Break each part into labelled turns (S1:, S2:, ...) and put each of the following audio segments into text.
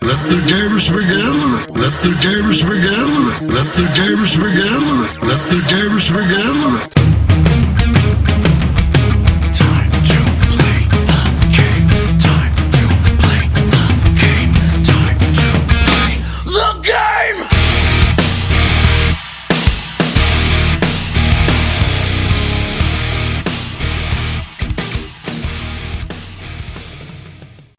S1: the games begin. Let the games begin. Let the games begin. Let the games begin.
S2: Time to play the game. Time to play the game. Time to play the game.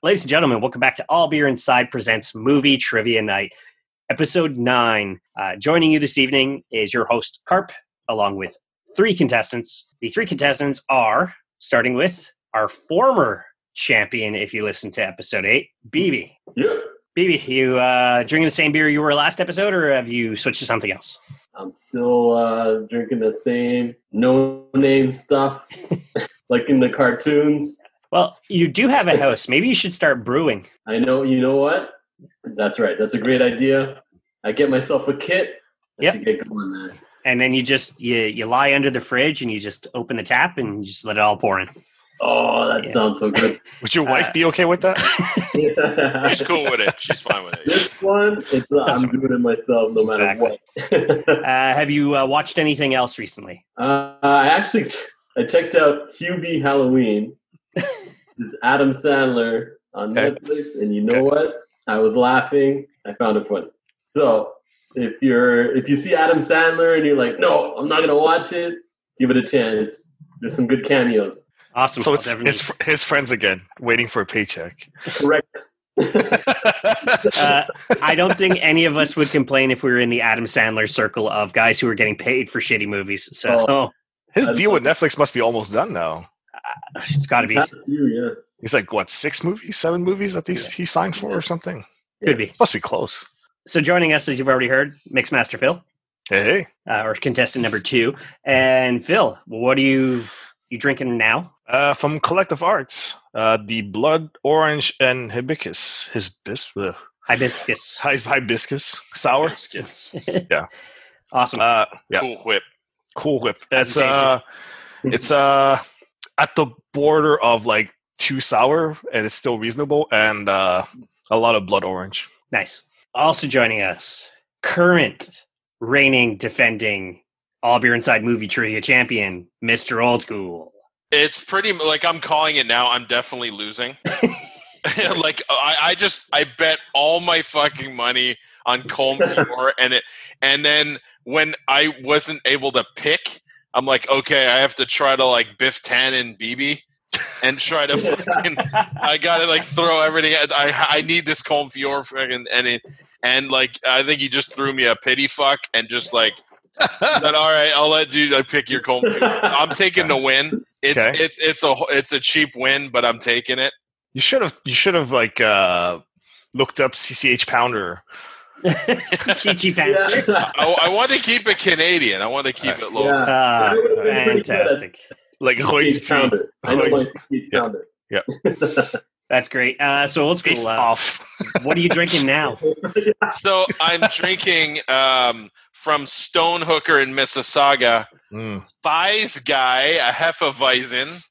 S3: Ladies and gentlemen, welcome back to All Beer Inside Presents Movie Trivia Night, Episode 9. Uh, joining you this evening is your host, Carp, along with three contestants. The three contestants are, starting with our former champion, if you listen to Episode 8, BB.
S4: Yeah.
S3: BB, you uh, drinking the same beer you were last episode, or have you switched to something else?
S4: I'm still uh, drinking the same no name stuff like in the cartoons.
S3: Well, you do have a house. Maybe you should start brewing.
S4: I know, you know what? That's right. That's a great idea. I get myself a kit. I
S3: Yep.
S4: should get going there.
S3: And then you just you, you lie under the fridge and you just open the tap and you just let it all pour in. Uh,
S4: Oh, that
S3: Yeah.
S4: sounds so good.
S5: Would your wife be okay with that?
S6: She's cool with it. She's fine with it.
S4: this one, it's, uh, I'm
S3: Doesn't-
S4: doing it myself no matter
S3: Exactly. Uh,
S4: what.
S3: have you uh, watched anything else recently?
S4: uh, I actually I checked out Hubie Halloween. it's Adam Sandler on
S5: Okay.
S4: Netflix, and you know what? I was laughing. I found it funny. So if you're if you see Adam Sandler and you're like, no, I'm not gonna watch it, give it a chance. There's some good cameos.
S3: Awesome.
S5: So
S3: I'll
S5: it's
S3: definitely-
S5: his, fr- his friends again, waiting for a paycheck.
S4: Correct.
S3: uh, I don't think any of us would complain if we were in the Adam Sandler circle of guys who are getting paid for shitty movies. So
S5: his deal with Netflix must be almost done now.
S3: it's got to be,
S4: yeah.
S5: He's like, what, six movies, seven movies that these, he signed for or something?
S3: could be.
S5: It's must be close.
S3: So joining us, as you've already heard, Mixmaster Phil,
S5: Hey, hey.
S3: uh, or contestant number two, and Phil. What are you you drinking now?
S5: Uh, from Collective Arts, uh, the Blood Orange and Hibiscus. His bis- ugh.
S3: Hibiscus.
S5: Hi- hibiscus sour.
S6: Yes.
S3: Awesome.
S5: Uh, yeah, cool.
S6: Cool whip.
S5: Whip.
S3: That's
S5: It's uh, it's uh, at the border of like too sour, and it's still reasonable, and uh, a lot of blood orange.
S3: Nice. Also joining us, current reigning, defending All Beer Inside Movie Trivia champion, Mr. Old School.
S6: It's pretty m- like I'm calling it now. I'm definitely losing. like I, I just I bet all my fucking money on Colm Floor and it and then when I wasn't able to pick, I'm like, okay, I have to try to like Biff Tan and BB and try to fucking I gotta like throw everything. at- I I need this Colm Fior fucking and it, and like I think he just threw me a pity fuck and just like. but all right, I'll let you like, pick your Colm Fior. I'm taking the win. It's
S5: Okay.
S6: it's it's a it's a cheap win, but I'm taking it.
S5: You should have you should have like uh, looked up CCH Pounder.
S3: Chi Chi Pan.
S4: yeah.
S6: I, I want to keep it Canadian. I want to keep it local.
S4: yeah.
S5: Uh,
S3: Ah,
S4: That would've been pretty good.
S3: fantastic.
S5: Like Hoyt's
S4: He's found it. I know
S5: Hoyt's-
S4: like, he's found it.
S3: That's great. Uh, so old
S5: face
S3: school. Uh,
S5: off.
S3: what are you drinking now?
S6: So I'm drinking um, from Stonehooker in Mississauga.
S5: Mm,
S6: Spies guy, a Hefeweizen,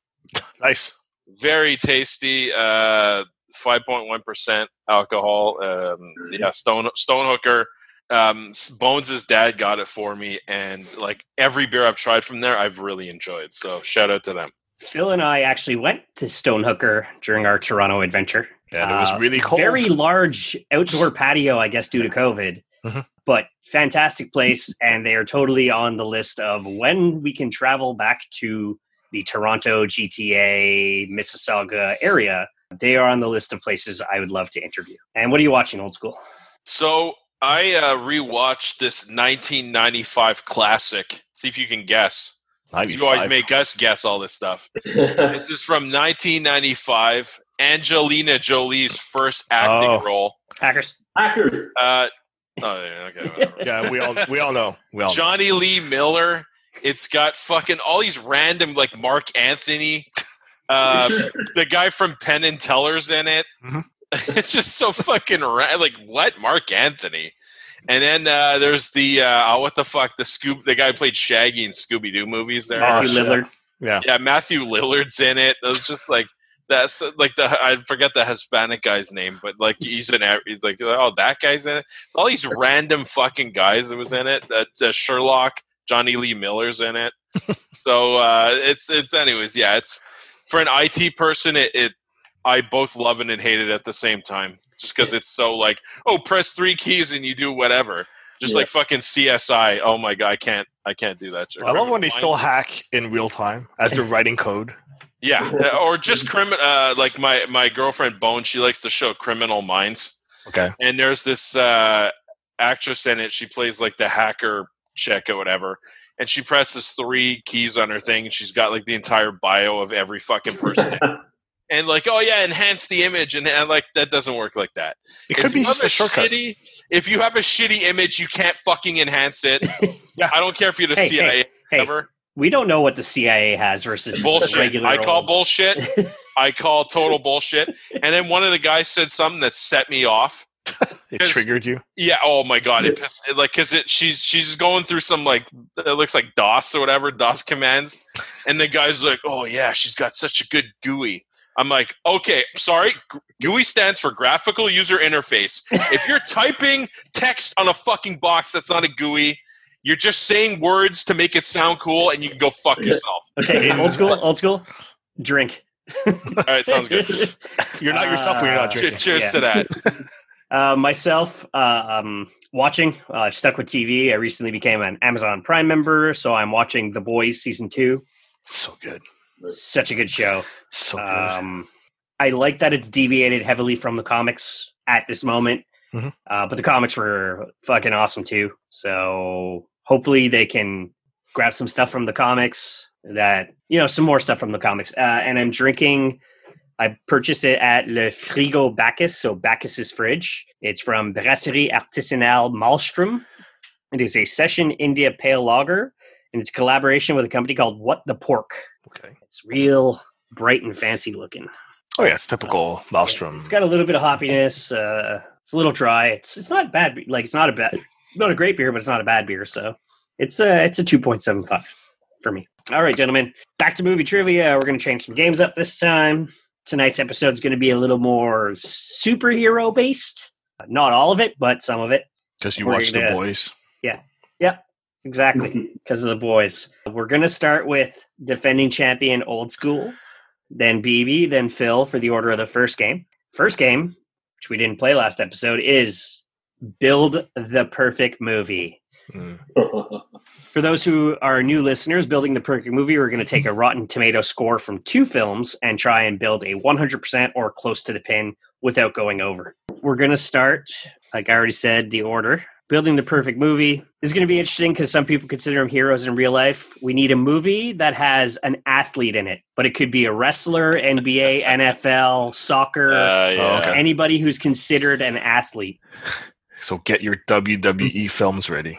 S5: nice.
S6: very tasty. Uh, 5.1% alcohol. Um, yeah, Stone Stonehooker. Um, S- Bones' dad got it for me, and like every beer I've tried from there, I've really enjoyed. So shout out to them.
S3: Phil and I actually went to Stonehooker during our Toronto adventure.
S5: And it was
S3: Uh,
S5: really cold.
S3: Very large outdoor patio, I guess, due to COVID.
S5: Mhm.
S3: But fantastic place, and they are totally on the list of when we can travel back to the Toronto GTA Mississauga area. They are on the list of places I would love to interview. And what are you watching, old school?
S6: So I uh, rewatched this 1995 classic. See if you can guess. 'Cause You always
S5: 95.
S6: make us guess all this stuff. This is from 1995. Angelina Jolie's first acting
S5: Oh.
S6: role.
S3: Hackers.
S4: Hackers.
S6: Uh, oh, yeah, okay. whatever.
S5: Yeah, we all we all know. We all know.
S6: Johnny Lee Miller. It's got fucking all these random like Mark Anthony, uh, the guy from Penn and Teller's in it.
S5: Mhm.
S6: it's just so fucking ra- like what Mark Anthony. And then uh, there's the uh, oh, what the fuck the Scoob the guy who played Shaggy in Scooby Doo movies there.
S3: Matthew
S5: shit.
S3: Lillard.
S5: Yeah.
S6: Yeah, Matthew Lillard's in it. It was just like That's like the I forget the Hispanic guy's name, but like he's in every like oh that guy's in it. All these random fucking guys that was in it. That uh, Sherlock, Johnny Lee Miller's in it. so uh, it's it's anyways yeah it's for an IT person it, it I both love it and hate it at the same time just because it's so like oh press three keys and you do whatever just
S4: Yeah.
S6: like fucking CSI oh my god I can't I can't do that shit.
S5: I love when they
S6: Criminal
S5: still
S6: Minds.
S5: hack in real time as they're writing code.
S6: Yeah, or just criminal. Uh, like my my girlfriend Bone, she likes the show Criminal Minds,
S5: Okay.
S6: and there's this uh, actress in it. She plays like the hacker chick or whatever, and she presses three keys on her thing, and she's got like the entire bio of every fucking person. and like, oh yeah, enhance the image, and, and like that doesn't work like that.
S5: It
S6: If
S5: could be
S6: you have
S5: just a shortcut.
S6: Shitty, if you have a shitty image, you can't fucking enhance it.
S5: Yeah.
S6: I don't care if you're the
S3: Hey, hey,
S6: CIA.
S3: hey.
S6: whatever.
S3: We don't know what the CIA has versus
S6: bullshit.
S3: regular.
S6: I call
S3: old-
S6: bullshit. I call total bullshit. And then one of the guys said something that set me off.
S5: It
S6: Yes.
S5: triggered you.
S6: Yeah. Oh my god. It pissed, it, like because it she's she's going through some like it looks like DOS or whatever DOS commands, and the guy's like, oh yeah, she's got such a good GUI. I'm like, okay, sorry. G- GUI stands for graphical user interface. If you're typing text on a fucking box, that's not a GUI. You're just saying words to make it sound cool, and you can go fuck yourself.
S3: Okay, old school, old school. Drink.
S6: All right, sounds good.
S5: You're not yourself when you're not
S3: Uh,
S5: drinking.
S6: Cheers
S3: Yeah.
S6: to that.
S3: Uh, myself, uh, um, watching. Uh, I've stuck with TV. I recently became an Amazon Prime member, so I'm watching The Boys season two.
S5: So good.
S3: Such a good show.
S5: So good.
S3: Um, I like that it's deviated heavily from the comics at this moment,
S5: Mhm.
S3: uh, but the comics were fucking awesome too. So hopefully they can grab some stuff from the comics that you know some more stuff from the comics. Uh, and I'm drinking. I purchased it at Le Frigo Bacchus, so Bacchus's fridge. It's from Brasserie Artisanale Malstrom. It is a Session India Pale Lager, and it's a collaboration with a company called What the Pork.
S5: okay.
S3: It's real bright and fancy looking.
S5: Oh yeah, it's typical Maelstrom.
S3: It's got a little bit of hoppiness. Uh, it's a little dry. It's it's not bad. be- Like it's not a bad, not a great beer, but it's not a bad beer. So it's a it's a two point seven five for me. All right, gentlemen, back to movie trivia. We're gonna change some games up this time. Tonight's episode is gonna be a little more superhero based. Not all of it, but some of it.
S5: Because you
S3: We're
S5: watch the
S3: gonna-
S5: boys.
S3: Exactly, because of the boys. We're going to start with defending champion old school, then BB, then Phil for the order of the first game. First game, which we didn't play last episode, is Build the Perfect Movie.
S5: Mm.
S3: For those who are new listeners, building the perfect movie, we're going to take a Rotten Tomato score from two films and try and build a 100% or close to the pin without going over. We're going to start, like I already said, the order. Building the perfect movie is going to be interesting because some people consider them heroes in real life. We need a movie that has an athlete in it, but it could be a wrestler, NBA, NFL, soccer,
S6: Uh, yeah.
S5: okay.
S3: anybody who's considered an athlete.
S5: So get your WWE films ready.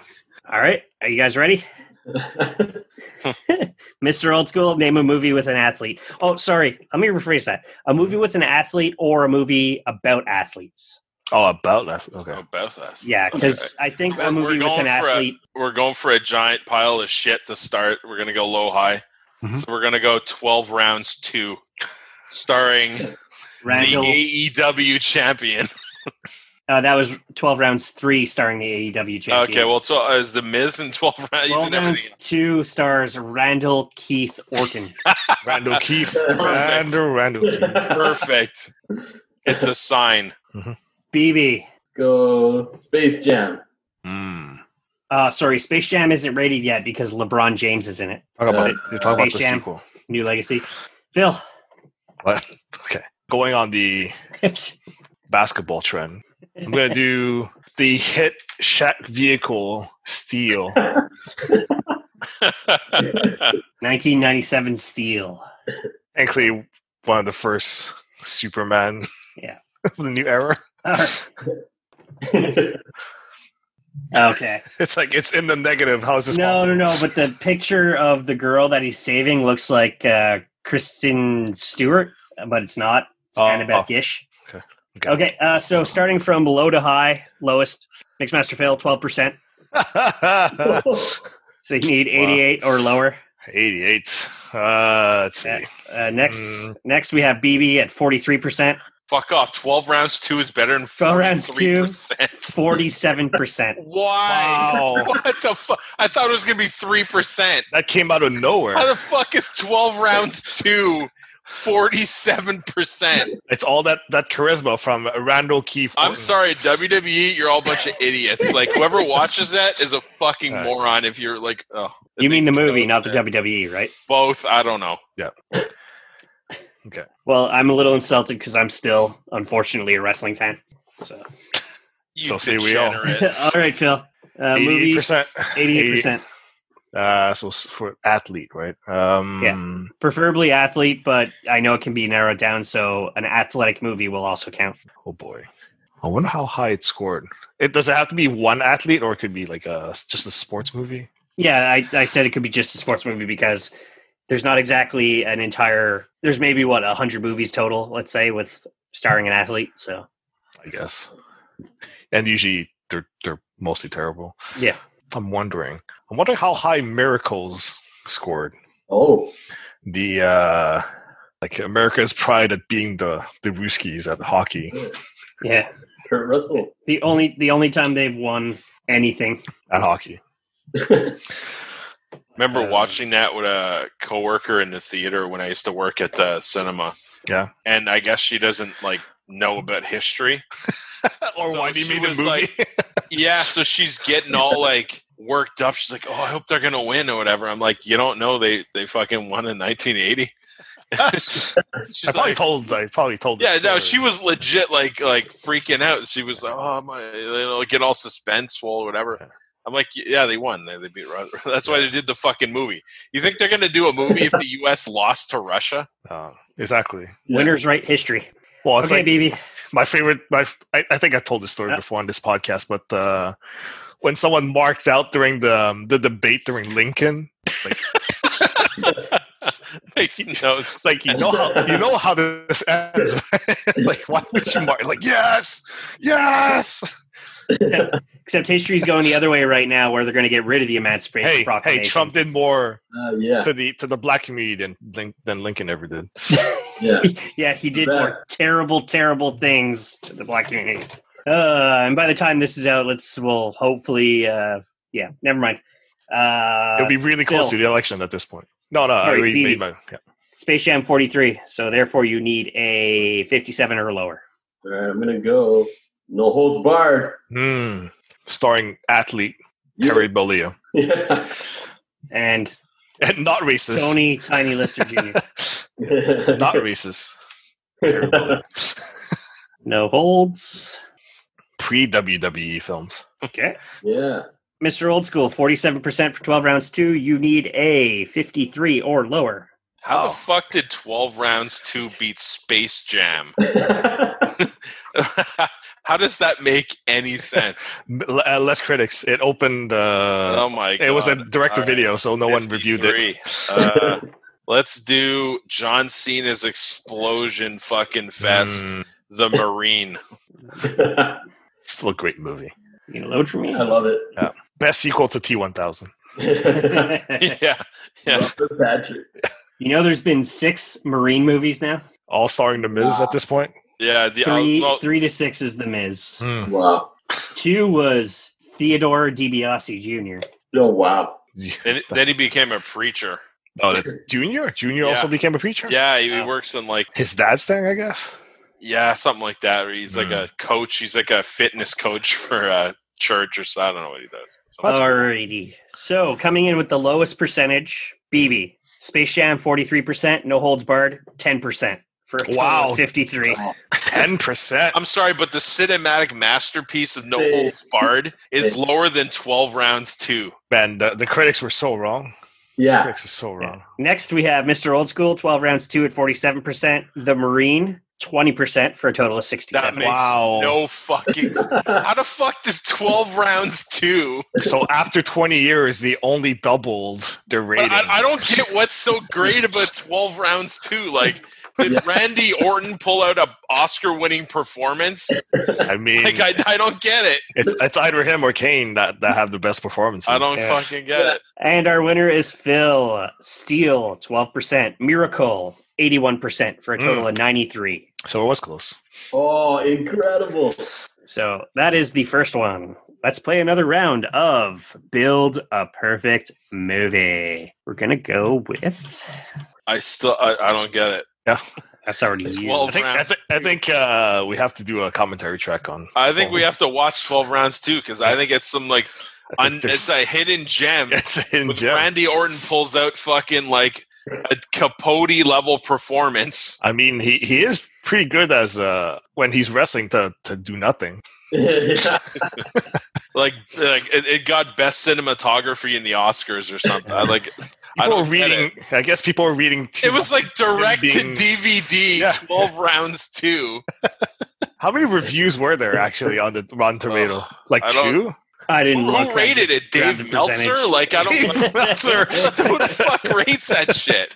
S3: All right, are you guys ready?
S5: Uh,
S3: Mr. Old School, name a movie with an athlete. Oh, sorry. Let me rephrase that. A movie with an athlete or a movie about athletes.
S5: Oh, about that. Okay.
S6: Oh, both of us.
S3: Yeah, because I think
S6: We're-
S3: a
S6: we're
S3: movie with
S6: going
S3: an
S6: for a-
S3: athlete.
S6: we're going for a giant pile of shit to start. We're gonna go low high,
S3: Mm-hmm.
S5: Mhm.
S6: so we're gonna go twelve rounds two, starring
S3: Randall.
S6: the AEW champion.
S3: Uh, that was 12 rounds three starring the AEW champion.
S6: Okay, well, so uh, is the Miz in twelve rounds? He's
S3: 12
S6: in
S3: rounds
S6: everything.
S3: two stars Randall Keith Orton.
S5: Randall Keefe.
S4: Perfect.
S5: Randall, Randall Keefe.
S6: Perfect. It's a sign.
S3: BB.
S4: Go Space Jam.
S5: Mm.
S3: Uh, sorry, Space Jam isn't rated yet because LeBron James is in it.
S5: Talk about, you talk about
S3: Space
S5: the
S3: Jam.
S5: sequel.
S3: New Legacy. Phil.
S5: What? Okay. Going on the basketball trend, I'm going to do the hit Shaq vehicle steal.
S3: 1997 Steel.
S5: Actually, one of the first Superman
S3: Yeah.
S5: of the new era.
S3: okay.
S5: It's like, it's in the negative. How is this
S3: No,
S5: possible?
S3: no, no. But the picture of the girl that he's saving looks like uh, Kristen Stewart, but it's not. It's
S5: Oh,
S3: Annabeth
S5: oh.
S3: Gish.
S5: Okay.
S3: Okay. uh, so starting from low to high, lowest Mixmaster fail twelve percent.
S5: no.
S3: So you need eighty-eight or lower.
S5: 88. Uh, let's see.
S3: Yeah. Uh, next,
S5: Mm.
S3: next we have BB at forty three percent,
S6: Fuck off. 12 rounds 2 is better than
S3: 12 rounds
S6: 43%.
S3: forty seven percent.
S6: Why?
S5: Wow.
S6: What the fuck? I thought it was going to be 3%.
S5: that came out of nowhere.
S6: How the fuck is 12 rounds 2 47%?
S5: It's all that, that charisma from Randall Keefe.
S6: I'm
S5: Orton.
S6: sorry, WWE, you're all a bunch of idiots. Like, whoever watches that is a fucking
S5: Alright.
S6: moron if you're like, oh.
S3: You mean the movie, not the E?
S6: WWE?
S3: WWE, right?
S6: Both, I don't know.
S3: Well, I'm a little insulted because I'm still, unfortunately, a wrestling fan. So,
S6: You
S5: So say we all.
S6: degenerate.
S3: all right, Phil. Uh, movies,
S5: 88%.
S3: 88%.
S5: Uh, so s- for athlete, right? Um,
S3: Preferably athlete, but I know it can be narrowed down, so an athletic movie will also count.
S5: Oh boy, I wonder how high it scored. It does it have to be one athlete, or it could be like a just a sports movie.
S3: Yeah, I, I said it could be just a sports movie because there's not exactly an entire, there's maybe, what, 100 movies total, let's say, with starring an athlete. So,
S5: I guess. And usually they're they're mostly terrible.
S3: Yeah.
S5: I'm wondering. I'm wondering how high miracles scored.
S4: Oh,
S5: The uh like America's pride at being the the Ruskies at hockey.
S3: yeah.
S4: Kurt Russell.
S3: The only, the only time they've won anything.
S5: At hockey.
S6: Remember
S3: Uh,
S6: watching that with a coworker in the theater when I used to work at the cinema.
S5: Yeah.
S6: And I guess she doesn't like know about history.
S5: or
S6: So
S5: Oh, why do you
S6: Oh, she
S5: mean the
S6: was
S5: movie?
S6: like- yeah, so she's getting all like worked up. She's like, "Oh, I hope they're going to win or whatever." I'm like, "You don't know they they fucking won in 1980."
S5: I
S6: she's
S5: probably
S6: like,
S5: told I probably told this
S6: yeah, no,
S5: story.
S6: she was legit like like freaking out. She was like, "Oh my," you know, get all suspenseful or whatever. I'm like, "Yeah, they won. They, they beat Russia. That's why they did the fucking movie." You think they're gonna do a movie if the U.S. lost to Russia?
S5: Uh, exactly.
S4: Yeah.
S3: Winners write history.
S5: Well, it's
S3: okay,
S5: like
S3: baby.
S5: my favorite my f- I, I think i told this story
S3: Yeah.
S5: before on this podcast but uh when someone marked out during the um, the debate during lincoln
S6: Makes no sense.
S5: it's like you know how you know how this ends right? like why would you mark like yes yes
S3: Except history's going the other way right now, where they're going to get rid of the Emancipation
S5: hey hey
S3: Proclamation.
S5: trump did more
S4: Uh, yeah,
S5: to the to the black community than Lin- than lincoln ever did
S4: yeah.
S3: yeah, he did
S4: Back.
S3: more terrible, terrible things to the black community. Uh, and by the time this is out, let's we'll hopefully, uh, yeah, never mind. Uh,
S5: it'll be really close
S3: Bill.
S5: to the election at this point no no i
S3: Sorry,
S5: already
S3: Beatty.
S5: made my yeah.
S3: Space Jam 43. So therefore, you need a 57 or lower.
S4: All right, I'm gonna go. No holds barred.
S5: Hmm. starring athlete terry Bollea
S4: Yeah.
S3: And
S5: and not racist
S3: Tony Tiny Lister Jr.
S5: not racist Terry Bollea.
S3: No holds.
S5: pre WWE films.
S3: Okay.
S4: yeah.
S3: Mr. Old School, 47% for 12 rounds, two. You need a 53 or lower.
S6: How
S5: Oh.
S6: the fuck did 12 rounds 2 beat Space Jam? How does that make any sense?
S5: L- uh, less critics. It opened. Uh,
S6: oh my god.
S5: it was a direct to video, so no one reviewed it.
S6: 53. Uh, let's do John Cena's explosion fucking fest,
S5: Mm,
S6: The Marine.
S4: I
S5: still a great movie.
S3: You gonna load for me?
S4: love it.
S5: Best sequel to T1000.
S6: Uh,
S3: you
S6: yeah. Yeah.
S4: Love the Patrick.
S3: know, there's been six Marine movies now.
S5: All starring The Miz at this point.
S6: Yeah. The, uh,
S3: Three,
S6: well,
S3: three to six is The Miz.
S6: Hmm.
S4: Wow.
S3: Two was Theodore DiBiase Jr.
S4: Oh wow.
S6: then, then he became a preacher.
S5: Oh, that Junior. Junior
S6: Yeah.
S5: also became a preacher.
S6: Yeah. He
S3: Wow.
S6: works in like,
S5: His dad's thing, I guess.
S6: yeah, something like that. He's
S5: Hmm.
S6: like a coach. He's like a fitness coach for a church or so. I don't know what he does. Something-
S3: Alrighty. So coming in with the lowest percentage, BB. Space Jam, 43%, No Holds Barred, 10%. For a total
S5: Wow.
S3: of 53.
S5: Ten percent.
S6: I'm sorry, but the cinematic masterpiece of No
S4: Hey.
S6: Holds Barred is
S4: Hey.
S6: lower than 12 rounds 2.
S5: Man, the, the critics were so wrong.
S4: Yeah.
S5: Critics were so wrong.
S3: Next, we have Mr. Old School, 12 rounds, 2 at 47%. The Marine, 20% for a total of 67
S6: That makes
S5: Wow.
S6: no fucking How the fuck does 12 rounds two?
S5: So after 20 years, they only doubled their rating.
S6: But I, I don't get what's so great about 12 rounds two. Like, Did
S4: Yeah.
S6: Randy Orton pull out a Oscar-winning performance?
S5: I mean,
S6: Like I, I don't get it.
S5: it's it's either him or Kane that, that have the best performances.
S6: I don't
S3: Yeah.
S6: fucking get it.
S3: And our winner is Phil Steele, twelve percent. Miracle, eighty-one percent for a
S6: Hmm.
S3: total of ninety-three.
S5: So it was close.
S4: Oh, incredible.
S3: So that is the first one. Let's play another round of build a perfect movie. We're gonna go with
S6: I still I, I don't get it.
S3: that's already
S6: It's
S3: you.
S6: well-
S5: I think I, th- I think uh, we have to do a commentary track on.
S6: I think we have to watch twelve rounds too because I think it's some like
S5: I
S6: un,
S5: think
S6: it's
S5: there's-
S6: a hidden gem.
S5: it's a hidden
S6: With
S5: gem.
S6: Randy Orton pulls out fucking like a Capote level performance.
S5: I mean, he, he is pretty good as uh when he's wrestling to to do nothing.
S4: yeah.
S6: Like like it, it got best cinematography in the Oscars or something. I, like I
S5: People are
S6: don't get
S5: reading. I guess people are reading. Too
S6: It was like direct
S5: Being-
S6: to DVD,
S5: Yeah.
S6: 12 rounds two.
S5: How many reviews were there actually on the Rotten Tomato? like
S6: I don't-
S5: two.
S3: I didn't.
S6: Who
S3: look, I
S6: rated
S3: just
S6: it?
S3: grabbed
S6: Dave
S3: the percentage.
S6: Meltzer? Like, I don't.
S5: Dave Meltzer.
S6: Who the fuck rates that shit?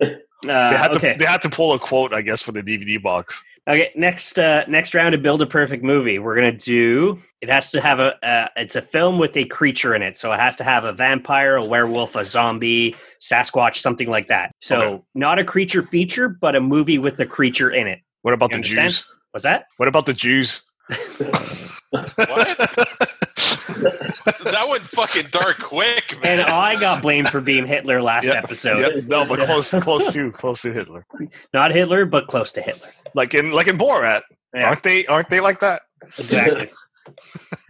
S5: They
S3: Uh,
S5: had to
S3: okay.
S5: they had to pull a quote, I guess, for the DVD box.
S3: Okay, next uh, next round to build a perfect movie. We're gonna do. It has to have a. Uh, it's a film with a creature in it, so it has to have a vampire, a werewolf, a zombie, Sasquatch, something like that. So
S5: Okay.
S3: not a creature feature, but a movie with the creature in it.
S5: What about
S3: You
S5: the
S3: understand?
S5: Jews?
S3: Was that?
S5: What about the Jews?
S6: What? that went fucking dark quick,
S3: And
S6: man.
S3: I got blamed for being Hitler last
S5: Yeah,
S3: episode.
S5: Yeah, no, but close, close to, close to Hitler.
S3: Not Hitler, but close to Hitler.
S5: Like in, like in Borat,
S3: Yeah.
S5: aren't they? Aren't they like that?
S3: Exactly.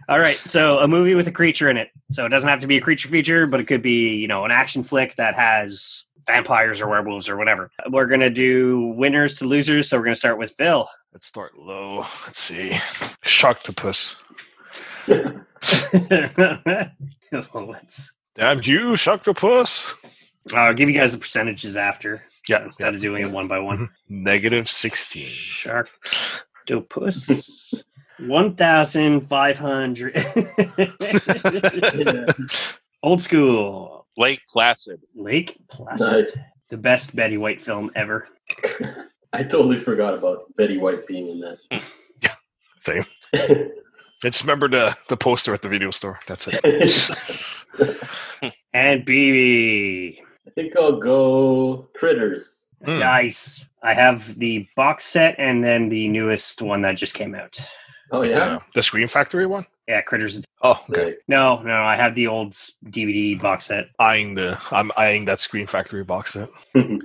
S3: All right, so a movie with a creature in it. So it doesn't have to be a creature feature, but it could be, you know, an action flick that has vampires or werewolves or whatever. We're going to do winners to losers, so we're going to start with Phil.
S5: Let's start low. Let's see. Sharktopus.
S3: Let's
S5: Damn you, Sharktopus.
S3: I'll give you guys the percentages after
S5: Yeah, Mm-hmm.
S3: instead of doing it one by one.
S5: negative sixteen.
S3: Shark dopus. 1,500. Old school.
S7: Lake Placid.
S3: Lake Placid.
S4: nice.
S3: The best Betty White film ever.
S4: I totally forgot about Betty White being in that.
S5: Same. I just remember the, the poster at the video store. That's it.
S3: And BB.
S4: I think I'll go Critters.
S5: Hmm.
S3: Nice. I have the box set and then the newest one that just came out.
S4: Oh, yeah?
S5: Uh, the Screen Factory one?
S3: Yeah, Critters.
S5: Oh, okay.
S3: No, no, I have the old DVD box set.
S5: Eyeing the I'm eyeing that Screen Factory box set.
S3: Okay.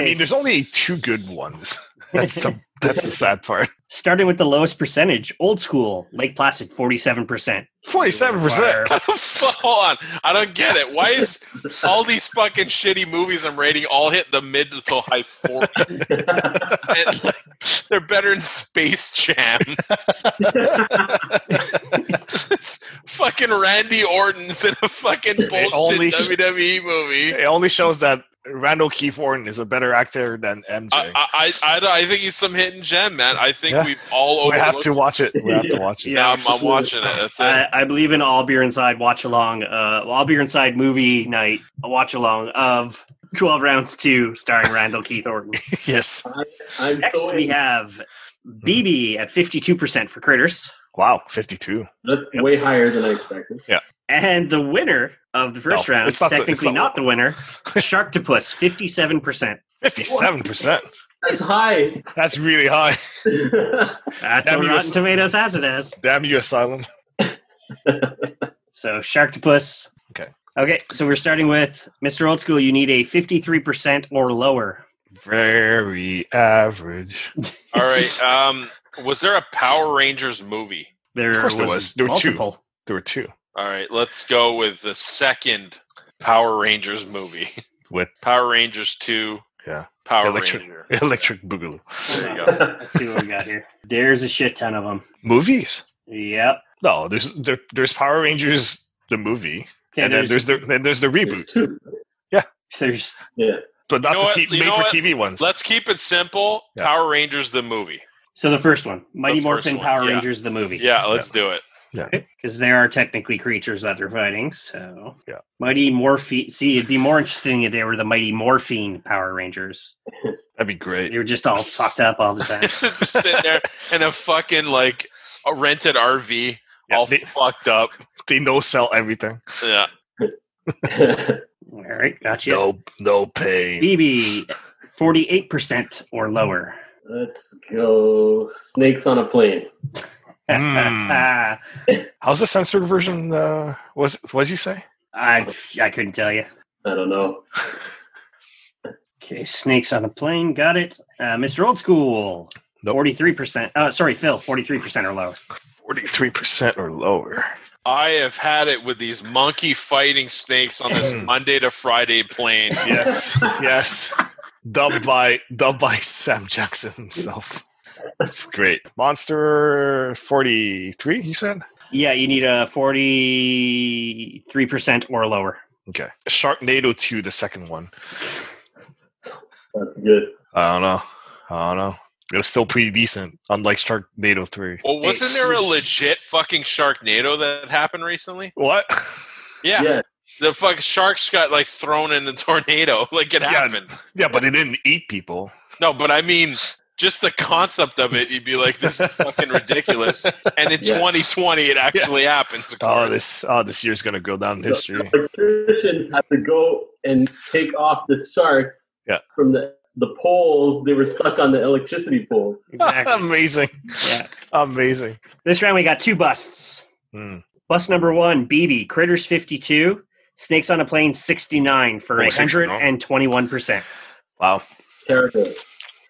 S5: I mean, there's only two good ones. That's the that's the sad part.
S3: Starting with the lowest percentage, old school, Lake Placid, 47%.
S5: Forty seven percent.
S6: Hold on. I don't get it. Why is all these fucking shitty movies I'm rating all hit the mid to high 40? And, like, they're better in Space Jam. fucking Randy Orton's in a fucking bullshit
S5: only-
S6: WWE movie.
S5: It only shows that Randall Keith Orton is a better actor than MJ.
S6: I, I, I, I- I think he's some hidden gem, man. I think
S5: Yeah.
S6: we've all
S5: we
S6: overlooked.
S5: have to watch it. We have to watch it.
S6: Yeah, I'm, I'm watching it. That's it.
S3: I, I believe in All Beer Inside watch along, uh, All Beer Inside movie night, a watch along of 12 Rounds 2, starring Randall Keith Orton.
S5: Yes.
S4: I'm
S3: Next,
S4: so
S3: we have
S5: Hmm.
S3: BB at 52% for Critters.
S5: Wow. Fifty two.
S4: That's way higher than I expected.
S3: And the winner of the first
S5: No,
S3: round,
S5: it's not the- it's
S3: technically
S5: not-
S3: not the winner, Sharktopus, 57%.
S5: Fifty seven percent.
S4: That's high.
S5: That's really high.
S3: That's
S5: That
S3: what Rotten
S5: was-
S3: Tomatoes has it as.
S5: Damn you, Asylum.
S3: So Sharktopus.
S5: Okay.
S3: Okay, so we're starting with Mr. Old School. You need a 53% or lower.
S5: Very average.
S6: all right. Um, was there a Power Rangers movie?
S3: There
S5: Of course there was. There were two.
S3: multiple.
S5: There were two
S6: All right, let's go with the second Power Rangers movie.
S5: with
S6: Power Rangers Two.
S5: Yeah.
S6: Power
S5: Electric-
S6: Ranger.
S5: Electric Boogaloo
S6: There you go.
S3: Let's see what we got here. There's a shit ton of them.
S5: movies.
S3: Yep.
S5: No, there's there, there's Power Rangers the movie,
S3: Okay,
S5: and then there's the then there's the
S4: There's
S5: reboot,
S4: two.
S3: there's
S4: Yeah.
S5: but not
S6: You know
S5: the
S6: what?
S5: t-
S6: You know
S5: made for
S6: what?
S5: TV ones.
S6: Let's keep it simple.
S5: Yeah.
S6: Power Rangers the movie.
S3: so the first one, Mighty
S6: The first
S3: Morphin
S6: one,
S3: Power
S6: yeah.
S3: Rangers the movie.
S6: Yeah, let's do it.
S3: because there are technically creatures that they're fighting. So
S5: Yeah.
S3: Mighty Morphine. See, it'd be more interesting if they were the Mighty Morphine Power Rangers.
S5: That'd be great.
S3: You were just all fucked up all the time.
S6: Just sitting there in a fucking like a rented RV,
S5: Yeah,
S6: all
S5: they-
S6: fucked up.
S5: They no sell everything.
S6: Yeah.
S3: all right, gotcha.
S5: No, no pain.
S3: BB, 48% or lower.
S4: Let's go. Snakes on a plane.
S5: Mm. How's the censored version? Uh, was what does he say?
S3: I, I couldn't tell you.
S4: I don't know.
S3: Okay, snakes on a plane. Got it. Uh, Mr. Old School,
S5: Nope.
S3: 43%. Uh, sorry, Phil, 43% or lower.
S5: Forty-three percent or lower.
S6: I have had it with these monkey fighting snakes on this Monday to Friday plane.
S5: Yes, yes. Dubbed by dubbed by Sam Jackson himself. That's great. Monster forty-three. You said
S3: Yeah, you need a 43% or lower.
S5: okay. Sharknado two, the second one.
S4: That's good.
S5: I don't know. I don't know. It was still pretty decent, unlike Sharknado three.
S6: Well, wasn't there a legit fucking Sharknado that happened recently?
S5: What?
S6: Yeah,
S4: Yeah.
S6: the fuck sharks got like thrown in the tornado. Like it
S5: Yeah.
S6: happened.
S5: Yeah, but it didn't eat people.
S6: No, but I mean, just the concept of it, you'd be like, this is fucking ridiculous. And in
S4: Yeah.
S6: 2020, it actually happens. Of
S5: Oh,
S6: course.
S5: this oh, this year's gonna go down in history.
S4: The electricians had to go and take off the sharks
S5: Yeah.
S4: from the, the poles. They were stuck on the electricity pole.
S3: Exactly.
S5: Amazing.
S3: yeah.
S5: Amazing.
S3: This round, we got two busts.
S5: Hmm.
S3: Bus number one, BB, Critters 52, Snakes on a Plane 69 for
S5: Oh, 69.
S3: 121%.
S5: Wow.
S4: Terrible.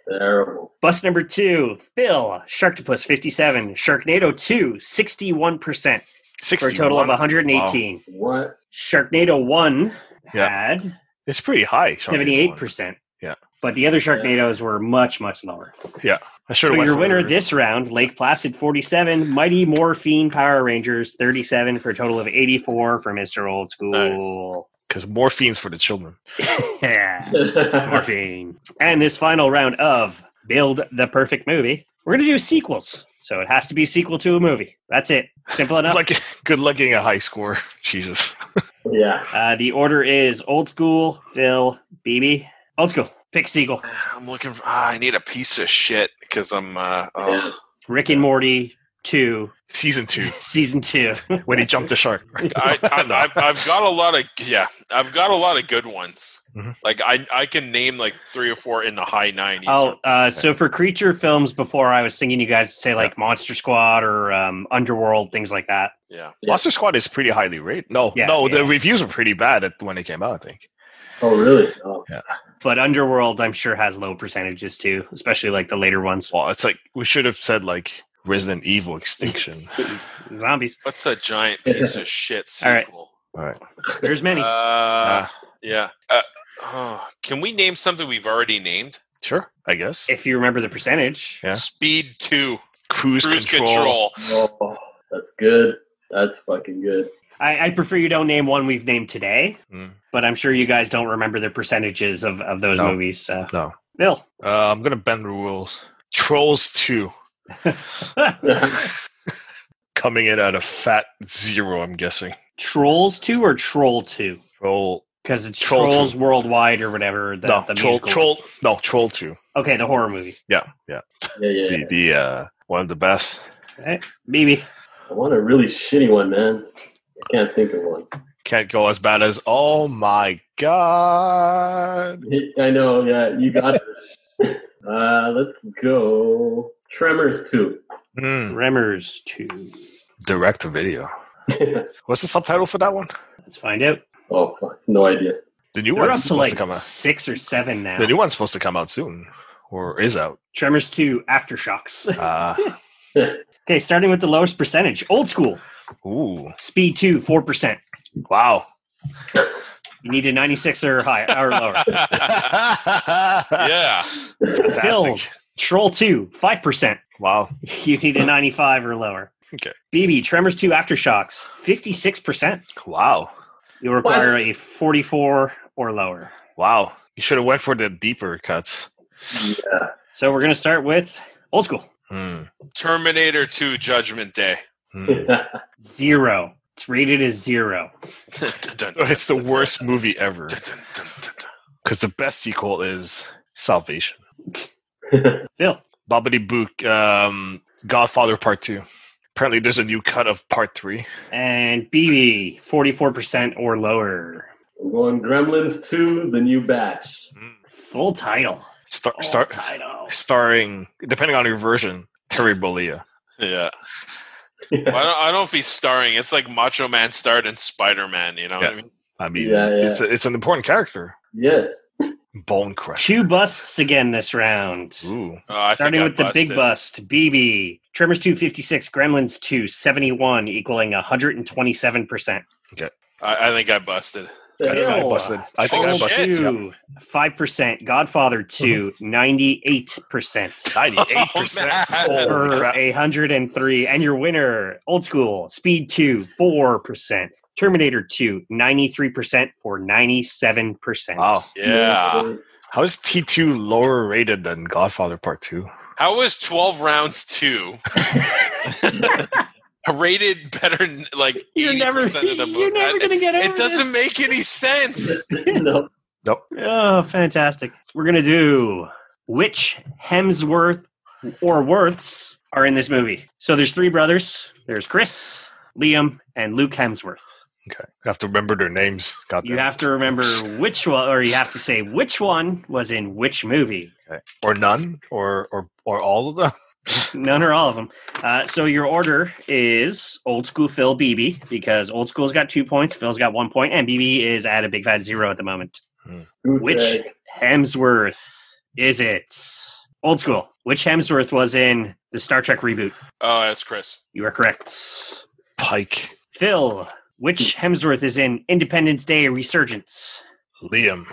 S4: Terrible.
S3: Bus number two, Phil, Sharktopus 57, Sharknado 2, 61% for
S5: 61?
S3: a total of 118.
S4: What?
S3: Sharknado 1
S5: Yeah.
S3: had
S5: It's pretty high. Sharknado
S3: 78%.
S5: Yeah.
S3: But the other Sharknadoes were much, much lower.
S5: I should
S3: so your winner this round, Lake Placid 47, Mighty Morphine Power Rangers 37 for a total of 84 for Mr. Old School.
S5: because morphine's for the children.
S3: Yeah. morphine. And this final round of Build the Perfect Movie, we're going to do sequels. So it has to be a sequel to a movie. That's it. Simple enough.
S5: Like, good luck getting a high score. Jesus.
S4: yeah.
S3: uh, the order is Old School, Phil, BB. Old School, pick sequel.
S6: I'm looking for, ah, I need a piece of shit because I'm, uh, oh,
S3: Rick and Morty 2,
S5: Season two
S3: Season 2.
S5: when he jumped the shark.
S6: I, I, I've, I've got a lot of, yeah, I've got a lot of good ones.
S5: Mhm.
S6: Like I, I can name like three or four in the high 90s.
S3: oh, uh, so for creature films before, I was thinking you guys would say like Monster Squad or um, Underworld, things like that.
S6: yeah.
S5: Monster Squad is pretty highly rated. No,
S3: Yeah,
S5: no, the
S3: yeah.
S5: reviews were pretty bad at, when it came out. I think.
S4: Oh, really? Oh.
S3: But Underworld, I'm sure, has low percentages too, especially like the later ones.
S5: Well, it's like we should have said like Resident Evil Extinction.
S3: Zombies.
S6: What's a giant piece of shit
S3: All right.
S6: sequel?
S5: All right.
S3: There's many.
S6: Uh,
S5: Uh,
S6: yeah. Uh, oh, can we name something we've already named?
S5: sure. I guess.
S3: if you remember the percentage.
S5: Yeah.
S6: Speed 2.
S5: Cruise,
S6: Cruise
S5: control.
S6: control.
S4: oh, that's good. That's fucking good.
S3: I, I prefer you don't name one we've named today,
S5: Mm.
S3: but I'm sure you guys don't remember the percentages of, of those
S5: No.
S3: movies. So.
S5: No.
S3: Bill,
S5: Uh, I'm gonna bend the rules. Trolls two coming in at a fat zero. I'm guessing.
S3: Trolls 2 or Troll 2?
S5: Troll.
S3: Because it's
S5: Troll
S3: Trolls Worldwide or whatever. The,
S5: no.
S3: the
S5: troll.
S3: musical.
S5: Troll. No. Troll two.
S3: Okay, the horror movie.
S5: Yeah. Yeah.
S4: yeah, yeah.
S5: The the uh, one of the best.
S3: BB.
S4: I want a really shitty one, man. I can't think of one.
S5: Can't go as bad as. Oh my god.
S4: I know. Yeah, you got it. uh, let's go. Tremors 2.
S5: Mm.
S3: Tremors 2.
S5: Direct to video. What's the subtitle for that one?
S3: Let's find out.
S4: oh, fuck. No idea.
S5: The new
S3: They're up
S5: one's
S3: to
S5: supposed
S3: like
S5: to come out.
S3: six or seven now.
S5: The new one's supposed to come out soon, or is out.
S3: Tremors 2 Aftershocks.
S5: Uh,
S3: okay, starting with the lowest percentage. Old School.
S5: ooh,
S3: Speed 2, 4%.
S5: wow.
S3: You need a 96 or higher or lower.
S5: yeah,
S6: yeah.
S3: Phil,
S5: fantastic.
S3: Troll 2, 5%.
S5: Wow.
S3: You need a 95 or lower.
S5: Okay.
S3: BB, Tremors 2 Aftershocks, 56%.
S5: Wow.
S3: You'll require
S4: What?
S3: a 44 or lower.
S5: Wow. You should have went for the deeper cuts.
S4: Yeah.
S3: So we're going to start with old school.
S5: Hmm.
S6: Terminator 2 Judgment Day.
S5: Hmm.
S3: Zero. It's rated as zero.
S5: it's the worst movie ever because the best sequel is Salvation.
S3: Phil.
S5: Bobbity Book, um, Godfather Part 2. Apparently, there's a new cut of Part 3.
S3: And BB, 44% or lower.
S4: I'm going Gremlins 2, the new batch.
S3: Full title.
S5: Star,
S3: Full
S5: star,
S3: title.
S5: starring, depending on your version, Terry Bollea.
S6: Yeah.
S4: Yeah.
S6: Well, I, don't, I don't know if he's starring. It's like Macho Man starred in Spider Man. You know what I mean?
S5: I mean,
S4: Yeah, yeah.
S5: it's a, it's an important character.
S4: Yes.
S5: Bone Crusher.
S3: Two busts again this round.
S5: Ooh,
S6: Uh, I think
S3: Starting
S6: I
S3: with the big
S6: busted.
S3: bust, BB. Tremors 256, Gremlins 271, equaling 127%.
S6: I, I think I busted.
S5: I think I
S3: Ew.
S5: busted. I think I
S6: Oh,
S5: busted.
S6: shit.
S5: Yep.
S3: 5%. Godfather 2, 98%.
S5: 98%.
S6: Oh, man.
S5: Holy
S3: Or
S5: crap.
S3: 103. And your winner, Old School, Speed 2, 4%. Terminator 2, 93% for 97%.
S5: Wow.
S6: Yeah.
S5: How is T2 lower rated than Godfather Part 2?
S6: How was 12 rounds 2 rated better, than, like,
S3: You're
S6: 80%
S3: never,
S6: of the movie?
S3: you're never going to get over
S6: it
S3: this.
S6: doesn't make any sense.
S4: no.
S3: Oh, fantastic. We're going to do which Hemsworth or Worths are in this movie. So there's three brothers. There's Chris, Liam, and Luke Hemsworth.
S5: Okay. You have to remember their names. God
S3: You have to remember which one, or you have to say which one was in which movie.
S5: Or none? Or, or, or all of them?
S3: None or all of them. Uh, so your order is old school Phil BB because old school's got two points, Phil's got one point, and BB is at a big fat zero at the moment.
S4: Goose
S3: Which-
S4: egg.
S3: Hemsworth is it? Old school. Which Hemsworth was in the Star Trek reboot?
S6: Oh, that's Chris.
S3: You are correct.
S5: Pike.
S3: Phil, which Hemsworth is in Independence Day Resurgence?
S5: Liam.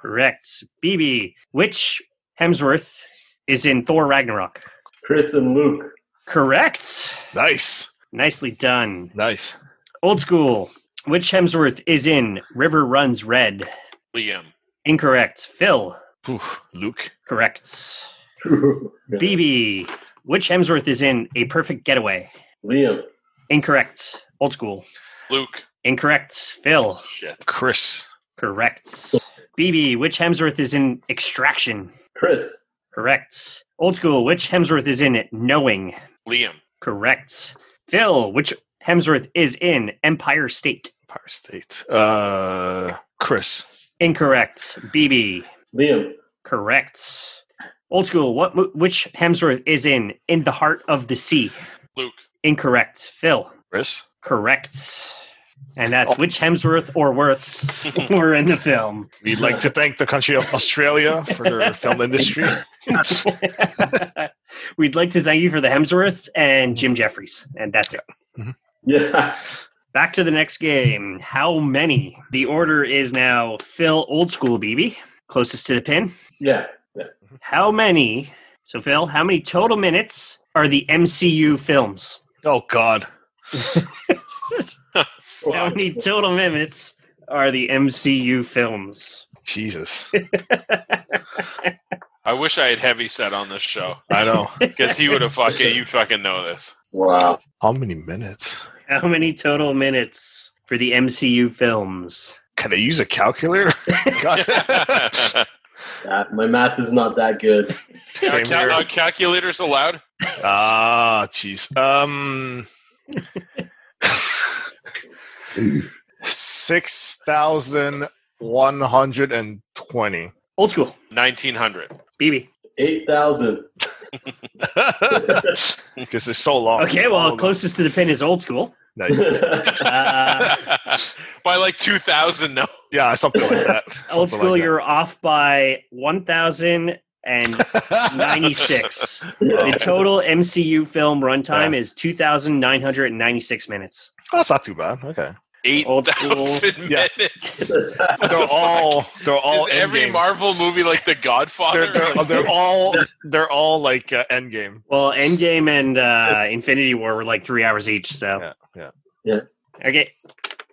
S3: Correct. BB, which Hemsworth is in Thor Ragnarok?
S4: Chris and Luke.
S3: Correct.
S5: Nice.
S3: Nicely done.
S5: Nice.
S3: Old school. Which Hemsworth is in River Runs Red?
S6: Liam.
S3: Incorrect. Phil.
S5: Oof. Luke.
S3: Correct.
S4: True.
S3: BB. Which Hemsworth is in A Perfect Getaway?
S4: Liam.
S3: Incorrect. Old school.
S6: Luke.
S3: Incorrect. Phil.
S6: Shit.
S5: Chris.
S3: Correct. BB. Which Hemsworth is in Extraction?
S4: Chris.
S3: Correct. Old school. Which Hemsworth is in Knowing?
S6: Liam.
S3: Correct. Phil. Which Hemsworth is in Empire State?
S5: Empire State. Uh, Chris.
S3: Incorrect. BB.
S4: Liam.
S3: Correct. Old school. What? mo- Which Hemsworth is in In the Heart of the Sea?
S6: Luke.
S3: Incorrect. Phil.
S5: Chris.
S3: Correct. And that's which Hemsworth or Worths were in the film.
S5: We'd like to thank the country of Australia for their film industry.
S3: We'd like to thank you for the Hemsworths and Jim Jeffries. And that's it.
S4: Yeah.
S3: Back to the next game. How many? The order is now Phil Old School BB, closest to the pin.
S4: Yeah.
S3: How many? So, Phil, how many total minutes are the MCU films?
S5: Oh, God.
S3: How many total minutes are the MCU films?
S5: Jesus.
S6: I wish I had heavy set on this show
S5: I know.
S6: because he would have fucking. You fucking know this.
S4: Wow.
S5: How many minutes?
S3: How many total minutes for the MCU films?
S5: Can I use a calculator? God.
S4: That, my math is not that good.
S5: Same
S6: Are cal-
S5: here.
S6: are calculators allowed?
S5: Ah, jeez. Um, six thousand one hundred and twenty.
S3: Old school,
S6: 1900.
S3: BB.
S4: 8,000.
S5: Because they're so long.
S3: Okay, well,
S5: All of them.
S3: closest to the pin is old school.
S5: Nice.
S3: Uh,
S6: By like 2000, no.
S5: Yeah, something like that.
S3: old
S5: Something
S3: school,
S5: like that.
S3: you're off by 1,096. the total MCU film runtime is 2,996 minutes.
S5: Oh, that's not too bad. Okay.
S3: Old school.
S6: 8,000
S5: Yeah.
S6: minutes.
S5: They're all. They're all.
S6: Is every
S5: Endgame.
S6: Marvel movie like The Godfather?
S5: They're, they're,
S6: Like,
S5: they're all. They're all like uh, Endgame.
S3: Well, Endgame and uh, Infinity War were like three hours each, so.
S5: Yeah, yeah.
S4: Yeah.
S3: Okay.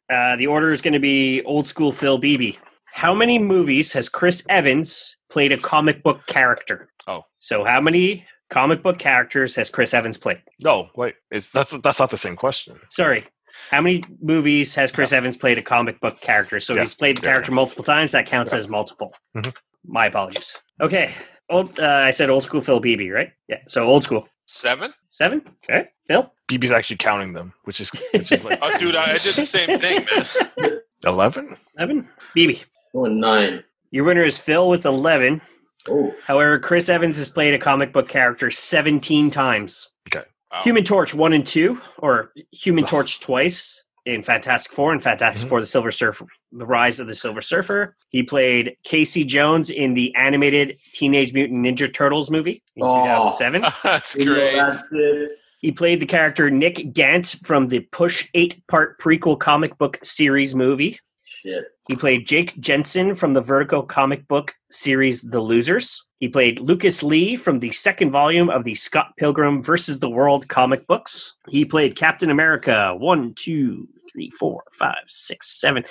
S3: Uh, the order is going to be old school Phil Beebe. How many movies has Chris Evans played a comic book character?
S5: Oh.
S3: So, how many comic book characters has Chris Evans played?
S5: No, wait. It's that's that's not the same question.
S3: Sorry. How many movies has Chris Evans played a comic book character? So
S5: Yeah.
S3: he's played the
S5: Yeah, Mm-hmm.
S3: character multiple times. That counts
S5: Yeah.
S3: as multiple.
S5: Mhm.
S3: My apologies. Okay. Old, uh, I said old school Phil Beebe, right? Yeah. So old school.
S6: Seven?
S3: Seven. Okay. Phil.
S5: BB's actually counting them, which is which is like
S6: Oh, dude, I, I did the same thing, man.
S5: eleven.
S3: Eleven. Beebe.
S4: Going Oh, nine.
S3: Your winner is Phil with eleven.
S4: Oh,
S3: However, Chris Evans has played a comic book character 17 times.
S6: Wow.
S3: Human Torch 1 and 2, or Human Torch twice in Fantastic Four and Fantastic
S5: Mhm.
S3: Four The Silver Surfer, The Rise of the Silver Surfer. He played Casey Jones in the animated Teenage Mutant Ninja Turtles movie in
S4: Oh.
S3: 2007.
S6: That's
S4: you know,
S6: great.
S4: that's it.
S3: He played the character Nick Gant from the Push 8 part prequel comic book series movie.
S4: Shit.
S3: He played Jake Jensen from the Vertigo comic book series The Losers. He played Lucas Lee from the second volume of the Scott Pilgrim versus the World comic books. He played Captain America one, two, three, four, five, six, seven,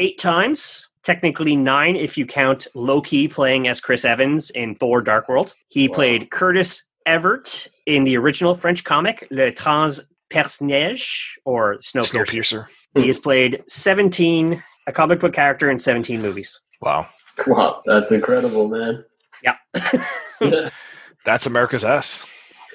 S3: eight times. Technically nine if you count Loki playing as Chris Evans in Thor Dark World. He
S4: Wow.
S3: played Curtis Everett in the original French comic Le Trans Personnage or Snowpiercer.
S5: Snowpiercer.
S3: He has played 17, a comic book character in 17 movies.
S5: Wow,
S4: Wow, that's incredible, man.
S3: Yeah.
S5: that's America's ass.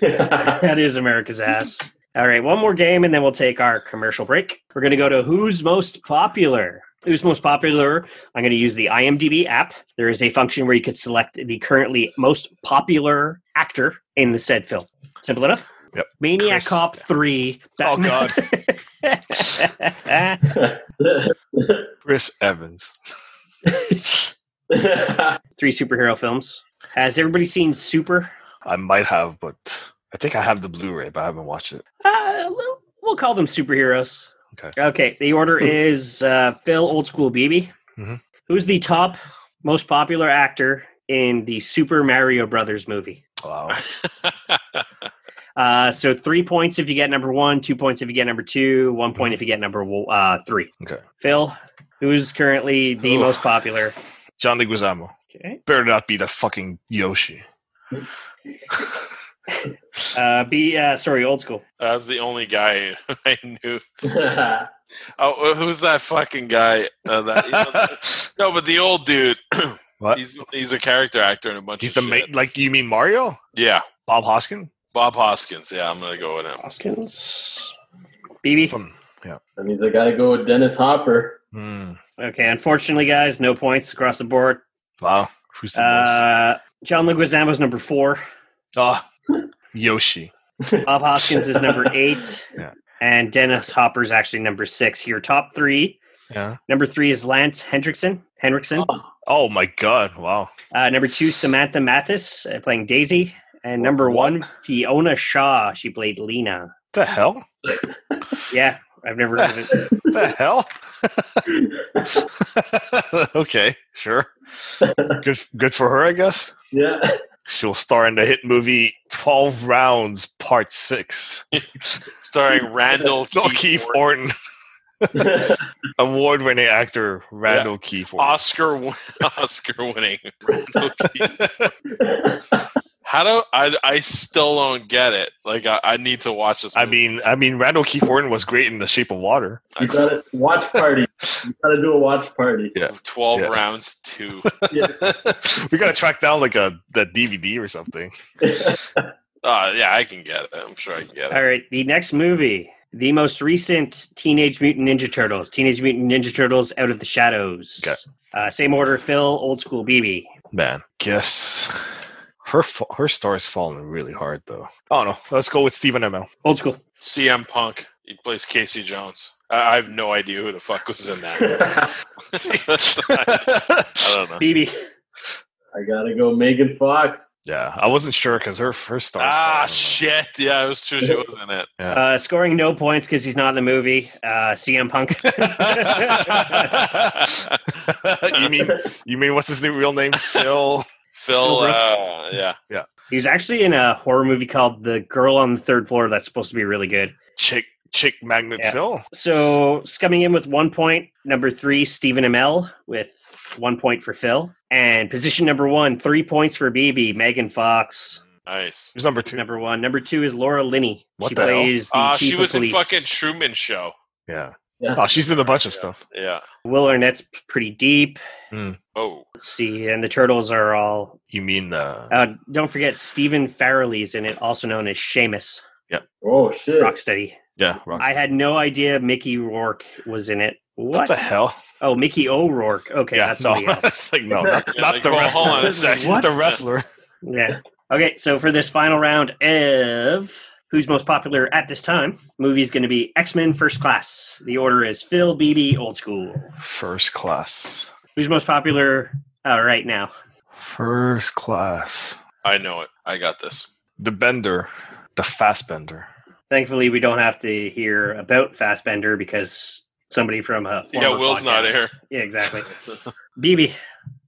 S3: that is America's ass. All right, one more game and then we'll take our commercial break. We're going to go to Who's Most Popular. Who's most popular? I'm going to use the IMDb app. There is a function where you could select the currently most popular actor in the said film. Simple enough.
S5: Yep.
S3: Maniac
S5: Chris-
S3: Cop 3.
S5: Oh,
S3: God.
S5: Chris Evans.
S3: Three superhero films. Has everybody seen Super?
S5: I might have, but I think I have the Blu-ray, but I haven't watched it.
S3: Uh, we'll- we'll call them superheroes.
S5: Okay. Hmm.
S3: Okay. The order is uh, Phil Old School BB.
S5: Mhm.
S3: Who's the top most popular actor in the Super Mario Brothers movie?
S5: Wow.
S3: Uh, so three points if you get number one, two points if you get number two, one point if you get number uh, three.
S5: Okay.
S3: Phil, who's currently the
S5: Oof.
S3: most popular?
S5: John Leguizamo.
S3: Okay.
S5: Better not be the fucking Yoshi.
S3: Uh, B, uh, sorry, Old School.
S6: That was the only guy I knew. Oh, who's that fucking guy? Uh, that, you know, no, but the old dude.
S5: What?
S6: He's he's a character actor in a bunch.
S5: He's the
S6: of
S5: main.
S6: shit.
S5: Like you mean Mario?
S6: Yeah,
S5: Bob Hoskin.
S6: Bob Hoskins. Yeah, I'm gonna go with him.
S3: Hoskins. BB.
S5: From.
S4: that means I gotta go with Dennis Hopper.
S5: Hmm.
S3: Okay. Unfortunately, guys, no points across the board.
S5: Wow. Who's the most?
S3: Uh, John Leguizamo's number four.
S5: Ah. Yoshi.
S3: Bob Hoskins is number eight.
S5: Yeah.
S3: And Dennis Hopper's actually number six. Your top three.
S5: Yeah.
S3: Number three is Lance Hendrickson. Hendrickson.
S5: Oh my God! Wow.
S3: Uh, number two, Samantha Mathis uh, playing Daisy. And number
S5: What?
S3: one, Fiona Shaw. She played Lena.
S5: The hell?
S3: Yeah, I've never heard of it.
S5: The hell? okay. Sure. Good. Good for her, I guess.
S4: Yeah.
S5: She'll star in the hit movie 12 Rounds Part 6.
S6: Starring Randall
S5: No,
S6: Keefe
S5: Keith
S6: Orton.
S5: Orton. Award winning actor Randall Keith Orton.
S6: Oscar win- Oscar winning. Randall Keefe. How do I? I still don't get it. Like I, I need to watch this.
S5: I
S6: movie.
S5: mean, I mean, Randall Keith Orton was great in The Shape of Water.
S4: You gotta watch party. You gotta do a watch party.
S5: Yeah.
S6: twelve
S5: Yeah.
S6: rounds two.
S5: we gotta track down like a the DVD or something.
S6: Uh, yeah, I can get it. I'm sure I can get it.
S3: All right, the next movie. The most recent Teenage Mutant Ninja Turtles. Teenage Mutant Ninja Turtles Out of the Shadows.
S5: Okay.
S3: Uh, same order, Phil, old school BB.
S5: Man, guess her fa- her star is falling really hard though. Oh no, let's go with Stephen Amell.
S3: Old school.
S6: CM Punk. He plays Casey Jones. I, I have no idea who the fuck was in that. I don't know.
S3: BB.
S4: I gotta go Megan Fox.
S5: yeah, I wasn't sure because her her star. is
S6: Ah,
S5: falling.
S6: shit. Yeah, it was true. She was in it.
S3: Uh, scoring no points because he's not in the movie. Uh, CM Punk.
S5: you mean you mean what's his new real name? Phil.
S6: Phil,
S3: Brooks.
S6: uh, yeah.
S3: he's actually in a horror movie called The Girl on the Third Floor that's supposed to be really good.
S5: chick chick magnet
S3: Yeah.
S5: Phil.
S3: So, it's coming in with one point, number three, Stephen Amell with one point for Phil. And position number one, three points for BB, Megan Fox.
S6: Nice.
S5: Who's number two?
S3: Number one. Number two is Laura Linney.
S5: What
S3: she
S5: the hell?
S3: plays the
S6: Uh,
S3: chief
S6: she was
S3: of
S6: in
S3: police.
S6: fucking Truman Show.
S5: Yeah.
S4: Yeah.
S5: Oh, she's in a bunch of stuff.
S6: Yeah.
S3: Will Arnett's p- pretty deep.
S6: Oh.
S3: Let's see, and the turtles are all.
S5: You mean the
S3: Uh, don't forget Stephen Farrelly's in it, also known as Seamus
S4: Oh shit!
S3: Rocksteady.
S5: yeah? Rock
S3: I had no idea Mickey Rourke was in it.
S5: what?
S3: What?
S5: the hell?
S3: oh, Mickey O'Rourke. Okay,
S5: yeah,
S3: that's
S5: no.
S3: somebody else.
S5: it's like no, not,
S6: Yeah,
S5: not
S6: like,
S5: the
S6: well,
S5: wrestler.
S6: hold on a
S5: Not
S6: second.
S5: the wrestler.
S3: Yeah. Okay, so for this final round of who's most popular at this time, movie's going to be X Men First Class. The order is Phil, BB, Old School.
S5: First class.
S3: Who's most popular uh, right now?
S5: First class.
S6: I know it. I got this.
S5: The Bender. The Fast Bender.
S3: Thankfully, we don't have to hear about Fastbender because somebody from a
S6: Yeah,
S3: former
S6: Will's not
S3: podcast-
S6: here.
S3: Yeah, exactly. BB,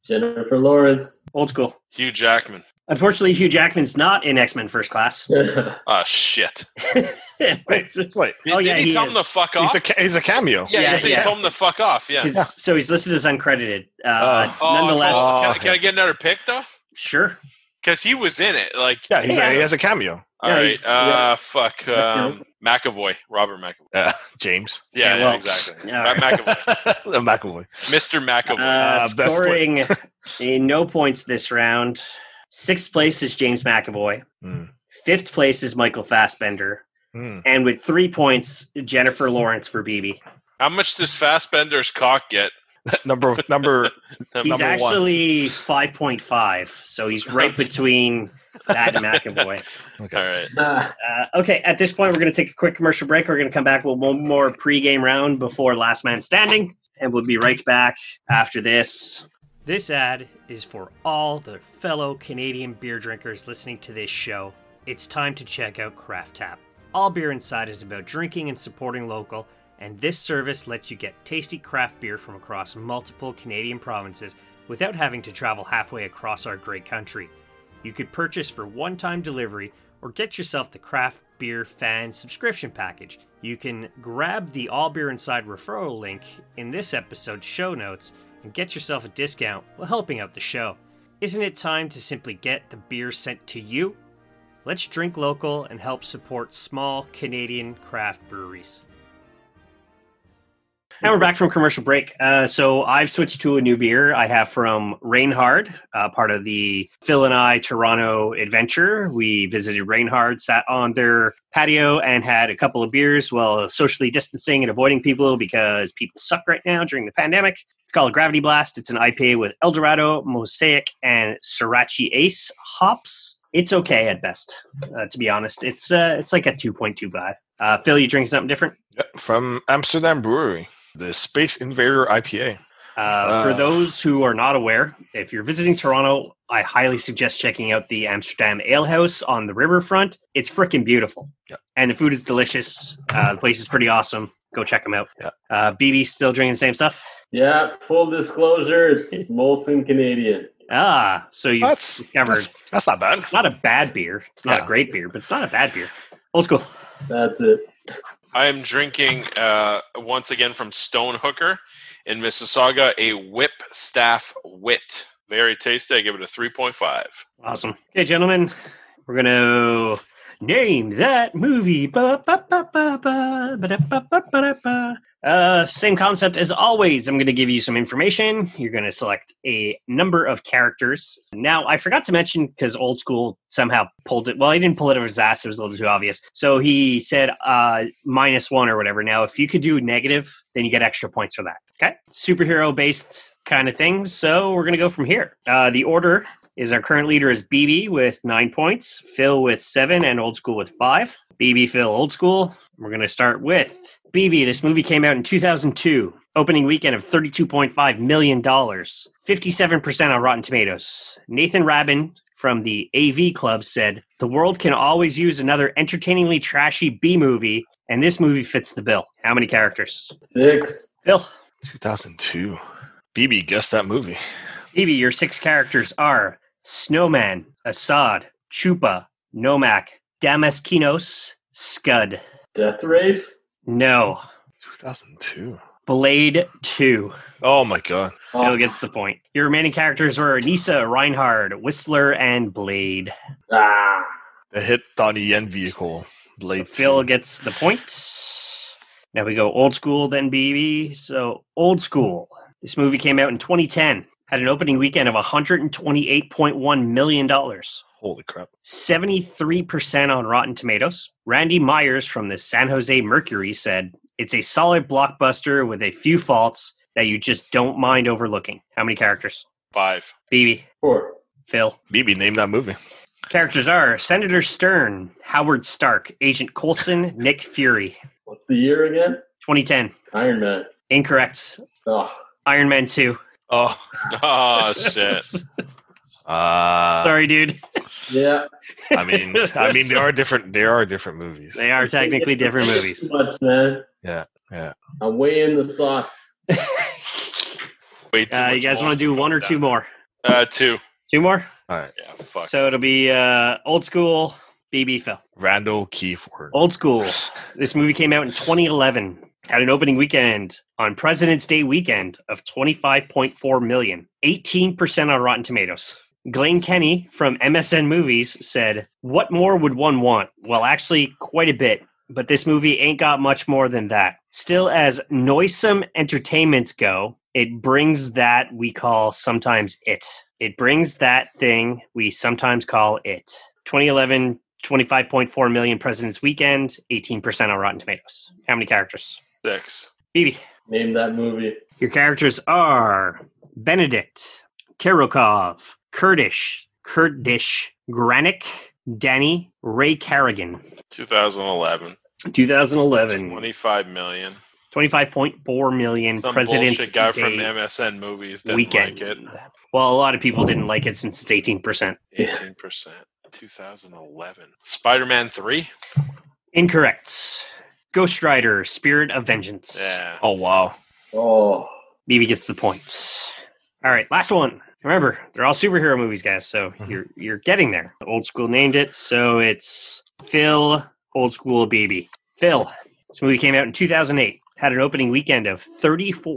S4: Jennifer Lawrence.
S3: Old School.
S6: Hugh Jackman.
S3: Unfortunately, Hugh Jackman's not in X Men First Class.
S4: yeah,
S6: Ah, shit.
S5: Wait, wait.
S6: Did,
S3: Oh,
S6: did
S3: yeah,
S6: he,
S3: he
S6: tell
S3: is.
S6: him the fuck off?
S5: He's a ca- he's a cameo.
S6: yeah,
S3: Yeah,
S6: he said he
S3: yeah.
S6: told him to fuck off. Yeah.
S3: He's- So he's listed as uncredited. Uh,
S5: Oh.
S6: Oh,
S3: nonetheless,
S6: cool. can, I,
S5: okay.
S6: can I get another pick though?
S3: sure.
S6: Because he was in it. Like,
S5: Yeah, he's
S3: Yeah.
S5: A, he has a cameo.
S6: all
S3: Yeah,
S6: right.
S3: he's-
S6: uh,
S4: yeah.
S6: fuck. Um, McAvoy. Robert McAvoy.
S5: Yeah, Uh, James.
S6: Yeah,
S3: Yeah,
S6: yeah,
S3: well,
S6: exactly.
S3: all right.
S6: Uh, McAvoy.
S5: The McAvoy.
S6: Mr. McAvoy.
S3: Uh,
S5: Uh, best
S3: scoring in no points this round. Sixth place is James McAvoy.
S5: Hmm.
S3: Fifth place is Michael Fassbender.
S5: Hmm.
S3: And with three points, Jennifer Lawrence for BB.
S6: How much does Fassbender's cock get?
S5: Number number
S3: He's
S5: Number one.
S3: actually 5.5, so he's right between that and McAvoy.
S5: okay.
S6: All right.
S3: Uh, okay, at this point, we're going to take a quick commercial break. We're going to come back with one more pregame round before Last Man Standing, and we'll be right back after this. This ad is for all the fellow Canadian beer drinkers listening to this show. It's time to check out Craft Tap. All Beer Inside is about drinking and supporting local, and this service lets you get tasty craft beer from across multiple Canadian provinces without having to travel halfway across our great country. You could purchase for one time delivery or get yourself the Craft Beer Fan subscription package. You can grab the All Beer Inside referral link in this episode's show notes and get yourself a discount while helping out the show. Isn't it time to simply get the beer sent to you? Let's drink local and help support small Canadian craft breweries. And we're back from commercial break. Uh, so I've switched to a new beer. I have from Reinhard, uh, part of the Phil and I Toronto adventure. We visited Reinhard, sat on their patio, and had a couple of beers while socially distancing and avoiding people because people suck right now during the pandemic. It's called Gravity Blast. It's an IPA with Eldorado, Mosaic, and Sriracha Ace hops. It's okay at best, uh, to be honest. It's uh, it's like a 2.25. Uh, Phil, you drinking something different?
S5: Yep, from Amsterdam Brewery, the Space Invader IPA.
S3: Uh, for
S5: Uh.
S3: those who are not aware, if you're visiting Toronto, I highly suggest checking out the Amsterdam Ale House on the riverfront. It's freaking beautiful.
S5: Yep.
S3: And the food is delicious. Uh, the place is pretty awesome. Go check them out.
S5: Yeah.
S3: Uh, BB still drinking the same stuff?
S4: full disclosure, it's Molson Canadian.
S3: Ah, so you've
S5: That's
S3: discovered.
S5: that's, that's not bad.
S3: it's not a bad beer. It's not
S5: Yeah.
S3: a great beer, but it's not a bad beer. Old school.
S4: That's it.
S6: I am drinking uh, once again from Stone Hooker in Mississauga a whip staff wit. Very tasty. I give it a 3.5.
S3: Awesome. Okay, gentlemen, we're going to name that movie. Ba, ba, ba, ba, ba, ba, da, ba, ba, ba, da, ba. Uh, same concept as always. I'm going to give you some information. You're going to select a number of characters. Now, I forgot to mention because old school somehow pulled it. Well, he didn't pull it out of his ass. It was a little too obvious. So he said uh, minus one or whatever. Now, if you could do negative, then you get extra points for that. Okay. Superhero based kind of things. So we're going to go from here. Uh, the order is our current leader is BB with nine points, Phil with seven, and Old School with five. BB, Phil, Old School. We're going to start with BB. This movie came out in 2002, opening weekend of $32.5 million, 57% on Rotten Tomatoes. Nathan Rabin from the AV Club said, The world can always use another entertainingly trashy B movie, and this movie fits the bill. How many characters?
S4: Six.
S3: Phil,
S5: 2002. BB, guess that movie.
S3: BB, your six characters are Snowman, Assad, Chupa, Nomak, Damaskinos, Scud.
S4: Death Race.
S3: No.
S5: 2002.
S3: Blade 2.
S5: Oh my god.
S4: Ah,
S3: Phil gets the point. Your remaining characters were Nisa, Reinhard, Whistler, and Blade.
S4: Ah.
S5: The hit Donnie Yen vehicle. Blade.
S3: Phil
S5: two.
S3: gets the point. Now we go old school, then BB. So old school. This movie came out in 2010, had an opening weekend of 128.1 million dollars.
S5: Holy crap.
S3: 73% on Rotten Tomatoes. Randy Myers from the San Jose Mercury said, It's a solid blockbuster with a few faults that you just don't mind overlooking. How many characters?
S6: Five.
S3: BB,
S4: Four.
S3: Phil.
S5: BB, name that movie.
S3: Characters are Senator Stern, Howard Stark, Agent Coulson, Nick Fury.
S4: What's the year again?
S3: 2010.
S4: Iron Man.
S3: Incorrect.
S4: Oh,
S3: Iron Man 2.
S5: Oh,
S6: Oh shit.
S5: uh,
S3: Sorry, dude.
S4: yeah.
S5: I mean, I mean, there are different. There are different movies.
S3: They are technically different movies.
S4: Too much, man.
S5: Yeah, yeah.
S4: I'm weighing the sauce.
S6: Way too
S3: Uh, you
S6: much
S3: guys want to do
S6: balls
S3: one or
S6: that.
S3: two more?
S6: Uh, two.
S3: Two more?
S5: All right,
S6: Yeah. Fuck.
S3: So it'll be uh, old school BB Phil.
S5: Randall Keyford.
S3: Old school. This movie came out in 2011. Had an opening weekend on President's Day weekend of 25.4 million, 18% on Rotten Tomatoes. Glenn Kenny from MSN Movies said, "What more would one want? Well, actually, quite a bit, but this movie ain't got much more than that. Still, as noisome entertainments go, it brings that we call sometimes it. It brings that thing we sometimes call it." 2011 25.4 million President's Weekend, 18% on Rotten Tomatoes. How many characters?
S6: Six.
S3: BB.
S4: Name that movie.
S3: Your characters are Benedict, Terokov, Kurdish, Kurdish, Granick, Danny, Ray Carrigan.
S6: 2011.
S3: 2011.
S6: 25 million.
S3: 25.4 million
S6: Some
S3: President's
S6: bullshit guy
S3: Day
S6: from MSN movies didn't
S3: Weekend.
S6: like it.
S3: Well, a lot of people didn't like it since it's 18%.
S4: Yeah.
S6: 18%. 2011. Spider-Man 3?
S3: Incorrect. Ghost Rider, Spirit of Vengeance.
S6: Yeah.
S5: Oh wow.
S4: Oh,
S3: BB gets the points. All right, last one. Remember, they're all superhero movies, guys. So
S5: Mhm.
S3: you're you're getting there. Old school named it, so it's Phil. Old school BB. Phil. This movie came out in 2008. Had an opening weekend of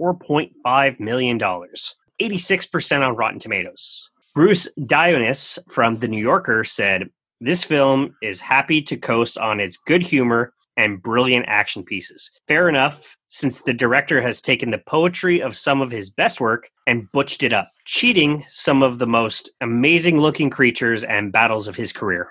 S3: 34.5 million dollars. 86% on Rotten Tomatoes. Bruce Dionis from The New Yorker said, "This film is happy to coast on its good humor and brilliant action pieces. Fair enough, since the director has taken the poetry of some of his best work and butched it up, cheating some of the most amazing looking creatures and battles of his career.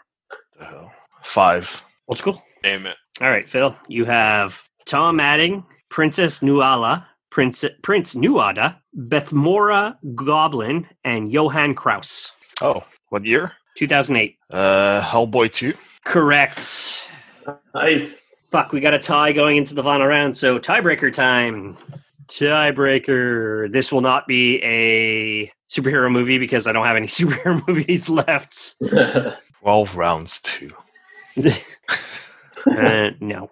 S5: The hell. Five.
S3: Old school.
S6: Name it.
S3: All right, Phil, you have Tom Adding, Princess Nuala, Prince, Prince Nuada, Bethmora Goblin, and Johann Kraus.
S5: Oh, what year?
S3: 2008.
S5: Uh, Hellboy two.
S3: Correct.
S4: nice.
S3: Fuck, we got a tie going into the final round, so tiebreaker time. Tiebreaker. This will not be a superhero movie because I don't have any superhero movies left.
S4: Uh,
S5: Twelve rounds two.
S3: Uh, no.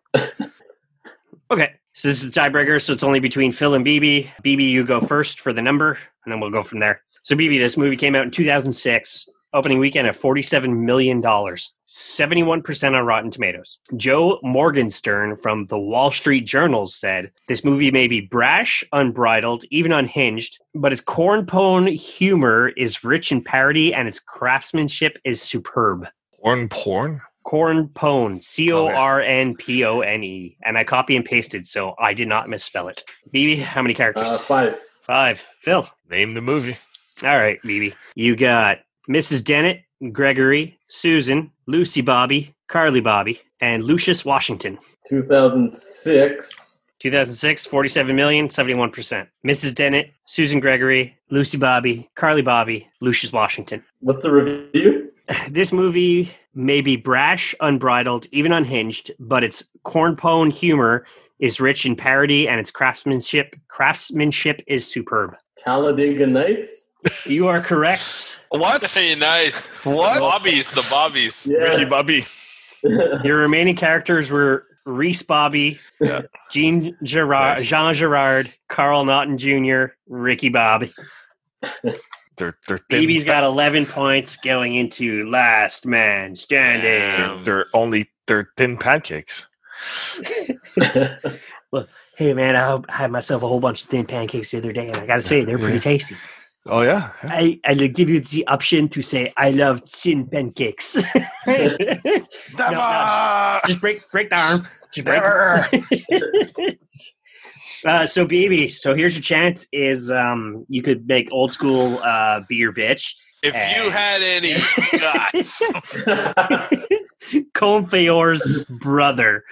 S3: Okay, so this is a tiebreaker, so it's only between Phil and BB. BB, you go first for the number, and then we'll go from there. So, BB, this movie came out in 2006, opening weekend at $47 million, 71% on Rotten Tomatoes. Joe Morgenstern from the Wall Street Journal said, This movie may be brash, unbridled, even unhinged, but its cornpone humor is rich in parody and its craftsmanship is superb.
S5: Porn, porn.
S3: Cornpone, C O R N P O N E, and I copy and pasted, so I did not misspell it. BB, how many characters?
S4: Uh, five.
S3: Five. Phil.
S5: Name the movie.
S3: All right, BB. You got Mrs. Dennett, Gregory, Susan, Lucy Bobby, Carly Bobby, and Lucius Washington.
S4: 2006.
S3: 2006, 47 million, 71%. Mrs. Dennett, Susan Gregory, Lucy Bobby, Carly Bobby, Lucius Washington.
S4: What's the review?
S3: This movie may be brash, unbridled, even unhinged, but its cornpone humor is rich in parody and its craftsmanship craftsmanship is superb.
S4: Talladega Nights?
S3: You are correct.
S5: What?
S6: Hey, nice.
S5: What?
S6: Bobbies, the Bobbies.
S5: Ricky Bobby.
S3: Your remaining characters were Reese Bobby,
S5: Yeah.
S3: Jean Gerard,
S5: Nice.
S3: Jean Gerard, Carl Naughton Jr., Ricky Bobby.
S5: They're they're thin.
S3: BB's got 11 points going into last man standing.
S5: They're, they're only they're thin pancakes.
S3: Hey man, I, I had myself a whole bunch of thin pancakes the other day, and I gotta say they're pretty tasty.
S5: Oh yeah. yeah.
S3: I, I'll give you the option to say, I love thin pancakes. Just
S5: Never!
S3: break, break the arm. Just break
S5: Never!
S3: uh, so BB, so here's your chance is um, you could make old school uh, be your bitch.
S6: If you
S3: And-
S6: had any guts,
S3: Confior's brother.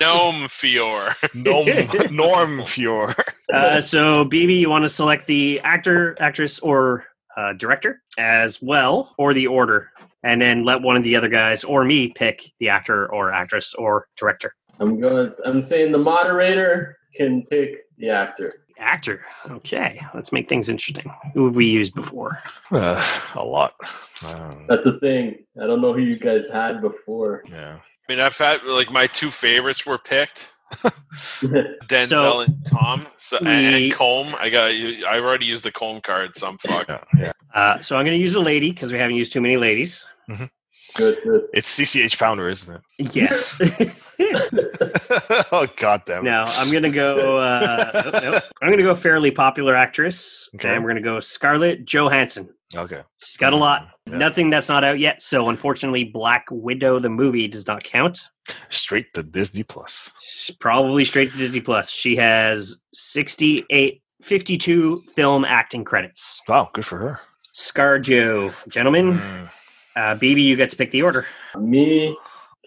S6: Gnome Fior.
S5: Norm, Norm Fjord.
S3: Uh, so BB, you want to select the actor, actress, or uh, director as well, or the order, and then let one of the other guys or me pick the actor or actress or director.
S4: I'm going. I'm saying the moderator can pick the actor.
S3: Actor. Okay, let's make things interesting. Who have we used before?
S5: Uh, a lot. Um,
S4: That's the thing. I don't know who you guys had before.
S5: yeah.
S6: I mean, I've had like my two favorites were picked. Denzel
S3: So-
S6: and Tom so, and-
S3: We-
S6: and Comb. I got. I've already used the Comb card, so I'm fucked.
S5: Yeah. yeah.
S3: Uh, so I'm going to use a lady because we haven't used too many ladies.
S4: Good, good.
S5: It's CCH Pounder, isn't
S3: Yes.
S5: it? oh god damn it.
S3: no, I'm going to go. Uh, nope, nope. I'm going to go fairly popular actress,
S5: Okay.
S3: and we're going to go Scarlett Johansson.
S5: Okay.
S3: She's got a lot.
S5: Yeah.
S3: Nothing that's not out yet. So unfortunately, Black Widow the movie does not count.
S5: Straight to Disney Plus.
S3: She's probably straight to Disney Plus. She has 68, 52 film acting credits.
S5: Wow, good for her.
S3: Scarjo, gentlemen,
S5: Mm.
S3: uh, BB, you get to pick the order.
S4: Me,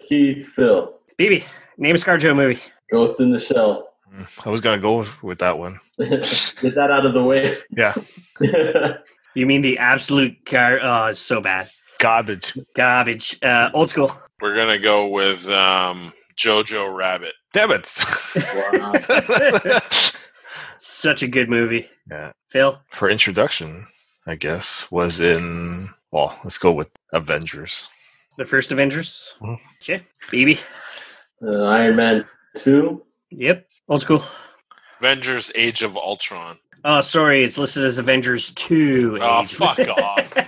S4: Keith, Phil,
S3: BB, name a Scarjo movie.
S4: Ghost in the Shell.
S5: Mm. I was gonna go with that one.
S4: Get that out of the way.
S5: Yeah.
S3: You mean the absolute gar? Oh, it's so bad.
S5: Garbage.
S3: Garbage. Uh, old school.
S6: We're gonna go with um, Jojo Rabbit.
S5: Damn
S4: wow.
S5: it.
S3: Such a good movie.
S5: yeah.
S3: Phil,
S5: her introduction, I guess, was in well, let's go with Avengers.
S3: the first Avengers.
S5: Mhm.
S3: Okay. BB.
S4: Uh, Iron Man 2.
S3: Yep. Old school.
S6: Avengers: Age of Ultron.
S3: Oh, sorry. It's listed as Avengers 2.
S6: Oh,
S3: Age.
S6: fuck off!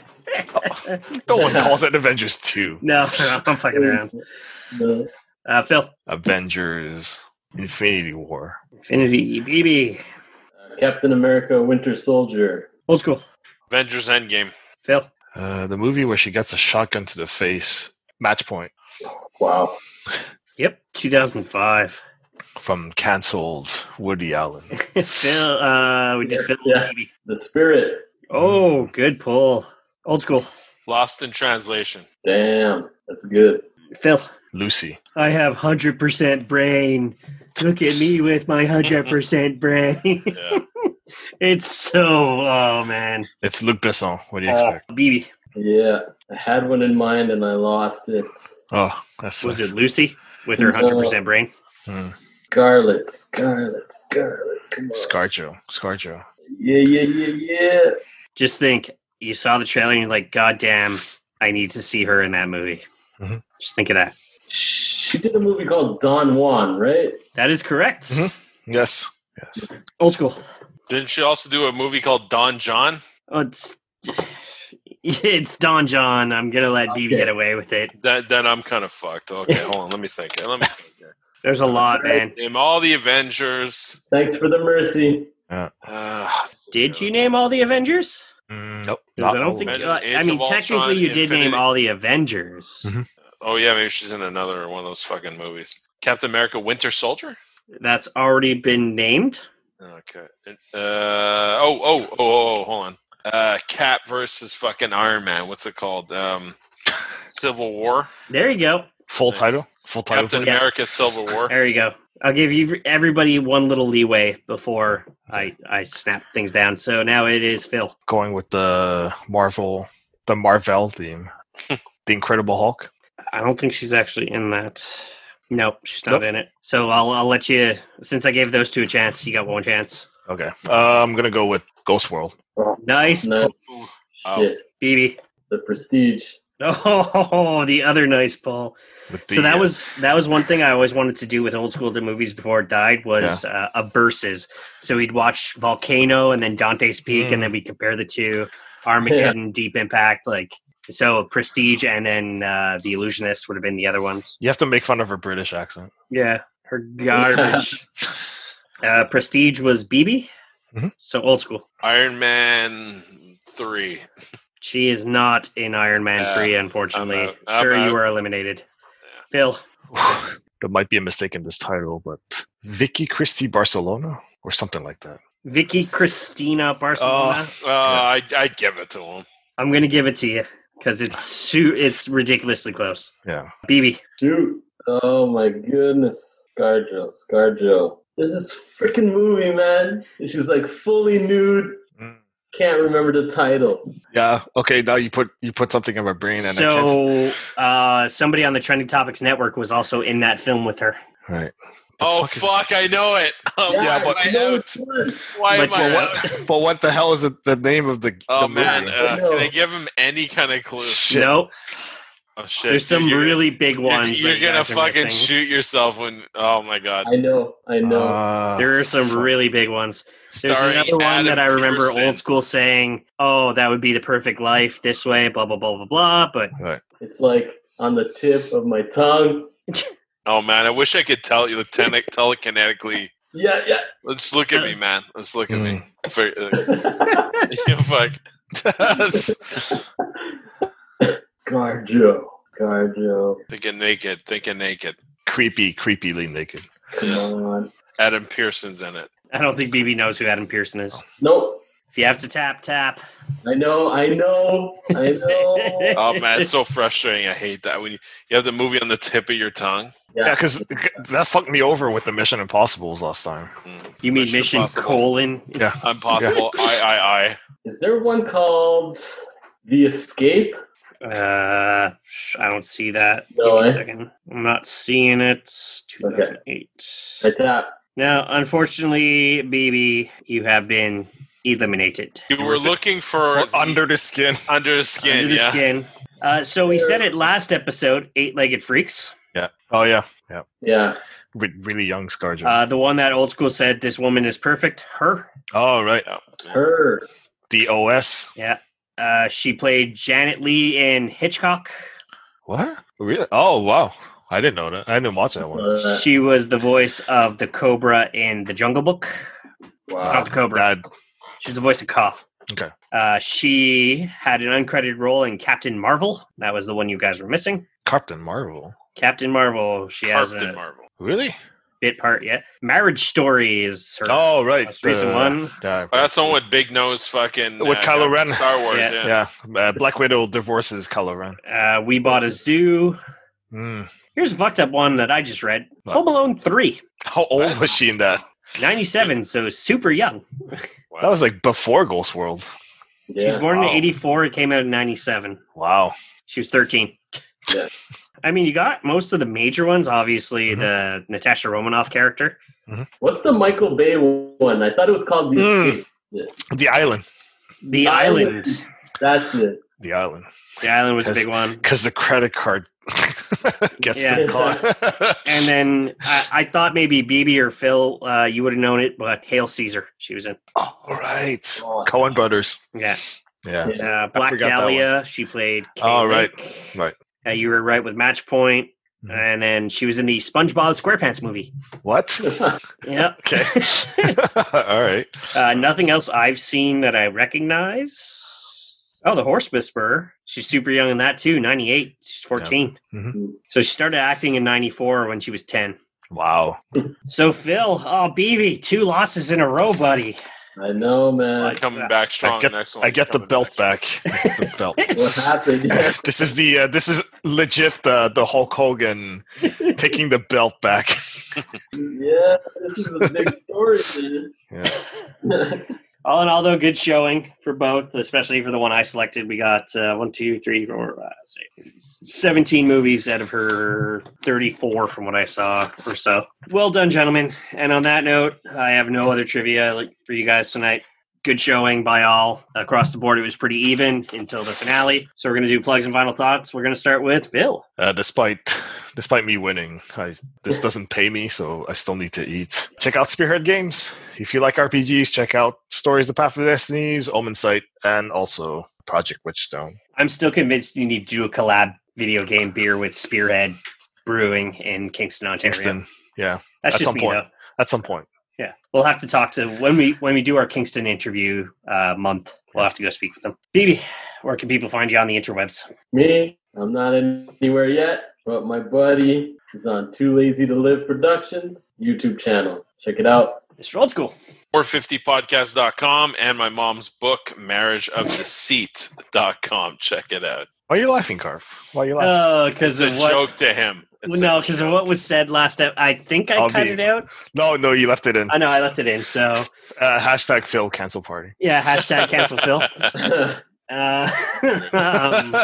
S5: No one calls it Avengers two.
S3: No, no, I'm fucking around.
S4: No.
S3: Uh, Phil,
S5: Avengers Infinity War.
S3: Infinity, BB,
S4: uh, Captain America Winter Soldier.
S3: old school.
S6: Avengers: Endgame.
S3: Phil,
S5: Uh, the movie where she gets a shotgun to the face. Match point
S4: Wow.
S3: yep, 2005.
S5: from canceled Woody Allen.
S3: Phil, uh, we did Phil.
S4: Yeah.
S3: BB.
S4: The Spirit.
S3: Oh, good pull. Old school.
S6: Lost in Translation.
S4: Damn. That's good.
S3: Phil,
S5: Lucy.
S3: I have 100% brain. Look at me with my 100% brain.
S6: Yeah.
S3: it's so, oh man.
S5: It's Luc Besson. What do you
S3: Oh,
S5: expect?
S3: BB,
S4: Yeah. I had one in mind and I lost it.
S5: Oh, that's
S3: was it Lucy with her
S4: No.
S3: 100% brain?
S4: Scarlet, Scarlet, Scarlet. Come on.
S5: Scarjo. Scarjo.
S4: yeah, yeah, yeah, yeah.
S3: just think you saw the trailer and you're like, God damn, I need to see her in that movie.
S5: Mhm.
S3: Just think of that.
S4: She did a movie called Don Juan, right?
S3: That is correct.
S5: Mhm. Yes. Yes.
S3: Old school.
S6: Didn't she also do a movie called Don John?
S3: Oh, it's, it's Don John. I'm going to let BB
S4: Okay.
S3: get away with it.
S6: That, then I'm kind of fucked. Okay, hold on. Let me think. Let me think. here.
S3: There's a lot, man.
S6: Name all the Avengers.
S4: Thanks for the mercy.
S6: Uh,
S3: Did you name all the Avengers?
S5: Mm, nope.
S3: 'Cause
S5: Not
S3: I
S5: all
S3: don't think.
S5: of it.
S6: Avengers,
S3: uh,
S6: Age
S3: I mean,
S6: of Ultron,
S3: technically, you did name
S6: Infinity-
S3: all the Avengers.
S5: Mhm.
S6: Oh yeah, maybe she's in another one of those fucking movies. Captain America: Winter Soldier.
S3: That's already been named.
S6: Okay. Uh, oh, oh, oh, oh, oh, hold on. Uh, Cap versus fucking Iron Man. What's it called? Um, Civil War.
S3: There you go.
S5: Full
S6: Nice.
S5: title. Full title.
S6: Captain
S5: please?
S6: America: Civil War.
S3: There you go. I'll give you everybody one little leeway before I I snap things down. So now it is Phil.
S5: going with the Marvel, the Marvel theme, the Incredible Hulk.
S3: I don't think she's actually in that. Nope, she's not
S5: Nope.
S3: in it. So I'll I'll let you since I gave those two a chance, you got one chance.
S5: Okay, uh, I'm gonna go with Ghost World.
S3: Nice
S4: No.
S3: pull,
S6: Oh,
S4: Shit.
S3: BB.
S4: The Prestige.
S3: Oh, the other nice pull.
S5: With
S3: so that
S5: uh,
S3: was that was one thing I always wanted to do with old school the movies before it died was uh, a versus. So we'd watch Volcano and then Dante's Peak,
S6: Mm.
S3: and then we would compare the two Armageddon, Deep Impact, like so Prestige, and then uh, The Illusionist would have been the other ones.
S5: you have to make fun of her British accent.
S3: Yeah, her garbage. uh, Prestige was BB.
S6: Mm-hmm.
S3: So old school.
S6: Iron Man three.
S3: She is not in Iron Man
S6: Yeah,
S3: 3, unfortunately.
S6: I'm out. I'm
S3: Sir,
S6: out.
S3: you are eliminated. Phil,
S5: there might be a mistake in this title, but Vicky Christie Barcelona or something like that.
S3: Vicky Christina Barcelona.
S6: Uh, I I give it to him.
S3: I'm going to give it to you because it's su- it's ridiculously close.
S5: Yeah.
S3: BB,
S4: Shoot. Oh my goodness. ScarJo, ScarJo. There's this freaking movie, man. And she's like fully nude.
S5: Mm.
S4: Can't remember the title.
S5: Yeah. Okay. Now you put you put something in my brain, and I can't.
S3: so uh, somebody on the Trending Topics Network was also in that film with her.
S5: Right. The
S6: Oh
S5: fuck is-
S6: fuck, I know it.
S5: Yeah,
S6: Oh, yeah,
S5: but-
S6: why am I
S4: no,
S6: out?
S4: it's not.
S6: Why am
S3: But
S6: I
S3: you-
S6: out?
S5: but what the hell is it, the name of the?
S6: Oh
S5: the
S6: man,
S5: movie?
S6: uh,
S4: No.
S6: can I give him any kind of clue?
S5: Shit.
S3: No,
S6: Oh shit,
S3: there's some
S6: You're-
S3: really big
S6: you're-
S3: ones.
S6: You're,
S3: that you
S6: gonna
S3: guys are
S6: fucking
S3: missing.
S6: shoot yourself when. Oh my god,
S4: I know, I know.
S5: Ah,
S3: There are some
S5: fuck.
S3: really big ones. There's
S6: Starring
S3: another one
S6: Adam
S3: that I remember
S6: Pearson.
S3: old school saying, "Oh, that would be the perfect life this way." Blah blah blah blah blah. But
S4: it's like on the tip of my tongue.
S6: Oh man, I wish I could tell you tele- telekinetically.
S4: Yeah, yeah.
S6: Let's look at
S3: Uh,
S6: me, man. Let's look at
S5: Mm.
S6: me. For, uh,
S4: ScarJo.
S6: you fuck.
S5: That's-
S4: ScarJo.
S6: Thinking naked. Thinking naked.
S5: creepy, creepily naked.
S4: Come on.
S6: Adam Pearson's in it.
S3: I don't think BB knows who Adam Pearson is.
S4: Nope.
S3: If you have to tap, tap.
S4: I know, I know, I know.
S6: Oh man, it's so frustrating. I hate that when you, you have the movie on the tip of your tongue.
S5: Yeah, because that fucked me over with the Mission Impossibles last time.
S6: Mm.
S3: You mean
S6: Mission
S3: Mission
S6: Impossible.
S3: colon?
S5: Yeah.
S6: I'm possible. I
S4: Is there one called The Escape?
S3: Uh, sh- I don't see that. Give
S4: No,
S3: me a
S4: eh?
S3: second. I'm not seeing it. 2008.
S4: I tap.
S3: Now, unfortunately, BB, you have been eliminated.
S6: I I. You were looking for
S5: Or
S6: the-
S5: under the skin.
S6: under the skin.
S3: Under the
S6: yeah.
S3: skin. Uh, so we said it last episode, eight-legged freaks.
S5: Oh yeah,
S4: Yeah.
S5: Re- really young ScarJo.
S3: Uh, the one that old school said this woman is perfect. Her.
S5: oh right,
S4: Her.
S5: DOS.
S3: Uh, she played Janet Lee in Hitchcock.
S5: What? Really? Oh wow, I didn't know that. I didn't watch that one.
S4: Uh,
S3: She was the voice of the Cobra in The Jungle Book.
S4: wow.
S5: Oh,
S3: Not the Cobra.
S5: Bad.
S3: She was the voice of Ka.
S5: Okay.
S3: Uh, she had an uncredited role in Captain Marvel. That was the one you guys were missing.
S5: Captain Marvel.
S3: Captain Marvel. She has a
S6: Captain Marvel.
S5: Really?
S3: bit part yet. Marriage Story is her
S5: Oh right,
S3: most recent one.
S5: Yeah,
S6: Oh, that's the one with big nose, fucking uh,
S5: With Kylo Ren.
S6: Star Wars.
S3: Yeah.
S6: Yeah.
S5: yeah. Uh, Black Widow divorces Kylo Ren.
S3: Uh, we bought a zoo.
S5: Mm.
S3: Here's a fucked up one that I just read.
S5: What?
S3: Home Alone 3,
S5: How old
S6: What?
S5: was she in that?
S3: 97, so super young.
S6: Wow.
S5: That was like before Ghost World.
S3: She was
S4: Yeah.
S3: born
S5: Wow.
S3: in 84. It came out in 97.
S5: Wow.
S3: She was 13.
S4: Yeah.
S3: I mean, you got most of the major ones, obviously,
S5: Mhm.
S3: the Natasha Romanoff character.
S4: What's the Michael Bay one? I thought it was called The
S5: Mm.
S4: Escape.
S5: The Island.
S3: The
S4: Island.
S3: Island.
S4: That's it.
S5: The Island.
S3: The Island was a
S5: Yes.
S3: big one.
S5: Because the credit card gets
S3: Yeah.
S5: them caught.
S3: And then I, I thought maybe BB or Phil, uh, you would have known it, but Hail Caesar, she was in.
S5: All right.
S4: Oh.
S5: Cohen Brothers.
S3: Yeah.
S5: Yeah.
S3: Uh, Black
S5: forgot that
S3: Dahlia, she played. Kay
S5: Oh, right.
S3: Lake.
S5: Right.
S3: Uh, you were right with Match Point.
S5: Mhm.
S3: And then she was in the SpongeBob SquarePants movie.
S5: What?
S3: Yep.
S5: Okay. All right.
S3: Uh, nothing else I've seen that I recognize. Oh, the Horse Whisperer. She's super young in that too. Ninety eight. She's fourteen.
S5: Mhm.
S3: So she started acting in ninety four when she was ten.
S5: Wow.
S3: So Phil, oh BB, two losses in a row, buddy.
S4: I know, man.
S6: coming back strong.
S5: I get,
S6: next one.
S5: I get the
S6: Coming
S5: belt back. I get the belt.
S4: What happened?
S5: This is the uh, this is legit the the Hulk Hogan taking the belt back.
S4: yeah, this is a big story,
S5: Yeah.
S4: man.
S3: All in all, though, good showing for both, especially for the one I selected. We got uh, one, two, three, four, uh, six, 17 movies out of her 34, from what I saw or so. Well done, gentlemen. And on that note, I have no other trivia like, for you guys tonight. Good showing by all across the board. It was pretty even until the finale. So we're going to do plugs and final thoughts. We're going to start with Phil.
S5: Uh, despite despite me winning, I, this doesn't pay me, so I still need to eat. Check out Spearhead Games if you like RPGs. Check out Stories: The Path of Destinies, Omen Sight, and also Project Witchstone.
S3: I'm still convinced you need to do a collab video game beer with Spearhead Brewing in Kingston, Ontario.
S5: Kingston
S3: That's
S5: at
S3: just
S5: some
S3: me,
S5: point.
S3: though.
S5: at some point.
S3: Yeah, we'll have to talk to when we when we do our Kingston interview uh, month. We'll have to go speak with them. BB, where can people find you on the interwebs?
S4: Me, I'm not anywhere yet, but my buddy is on Too Lazy to Live Productions YouTube channel. Check it out.
S3: Mr. Old School.
S6: 450podcast.com and my mom's book, Marriage of Deceit.com. Check it out.
S5: Why are you laughing, Carp? Why are you laughing?
S3: Oh, because
S6: It's a
S3: of what?
S6: joke to him. It's
S3: Well, no,
S6: a
S3: because
S6: joke.
S3: of what was said last. Ep- I think I
S5: I'll
S3: cut
S5: be-
S3: it out.
S5: no, no, you left it in.
S3: I know I left it in. So
S5: Uh, hashtag Phil cancel party.
S3: yeah, hashtag cancel Phil. Uh, um,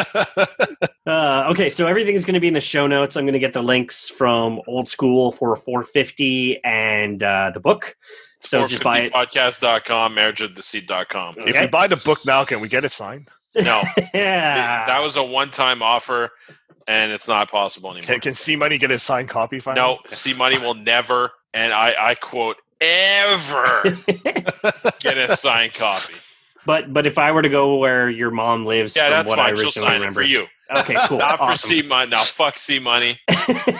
S3: uh, okay, so everything's going to be in the show notes. I'm going to get the links from Old School for 450 and uh, the book. So just buy it.
S6: 450podcast.com, marriage of deceit.com.
S5: If
S3: Okay.
S5: we buy the book now, can we get it signed?
S6: No,
S3: Yeah,
S6: that was a one time offer and it's not possible anymore.
S5: Can, can C Money get a signed copy finally?
S6: No, C Money will never, and I, I quote, ever get a signed copy.
S3: But but if I were to go where your mom lives,
S6: Yeah,
S3: from
S6: that's
S3: what I
S6: fine. She'll
S3: originally
S6: sign
S3: remember.
S6: it for you.
S3: Okay, cool.
S6: Not for
S3: awesome.
S6: C Money. Now, fuck C Money.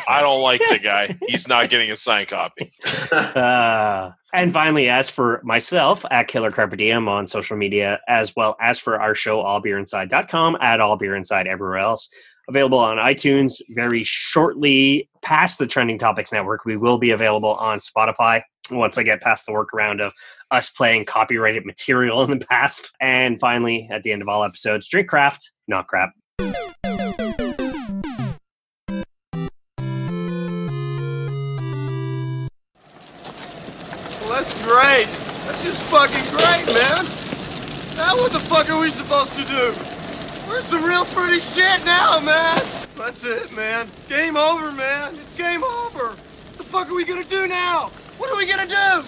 S6: I don't like the guy. He's not getting a signed copy.
S3: Uh, and finally, as for myself at Killer Carpe Diem on social media, as well as for our show, allbeerinside.com, at allbeerinside everywhere else. Available on iTunes very shortly past the Trending Topics Network. We will be available on Spotify once I get past the workaround of us playing copyrighted material in the past. And finally, at the end of all episodes, drink craft, not crap.
S7: Well, that's great. That's just fucking great, man. Now what the fuck are we supposed to do? We're some real pretty shit now, man. That's it, man. Game over, man. It's game over. What the fuck are we gonna do now? What are we gonna do?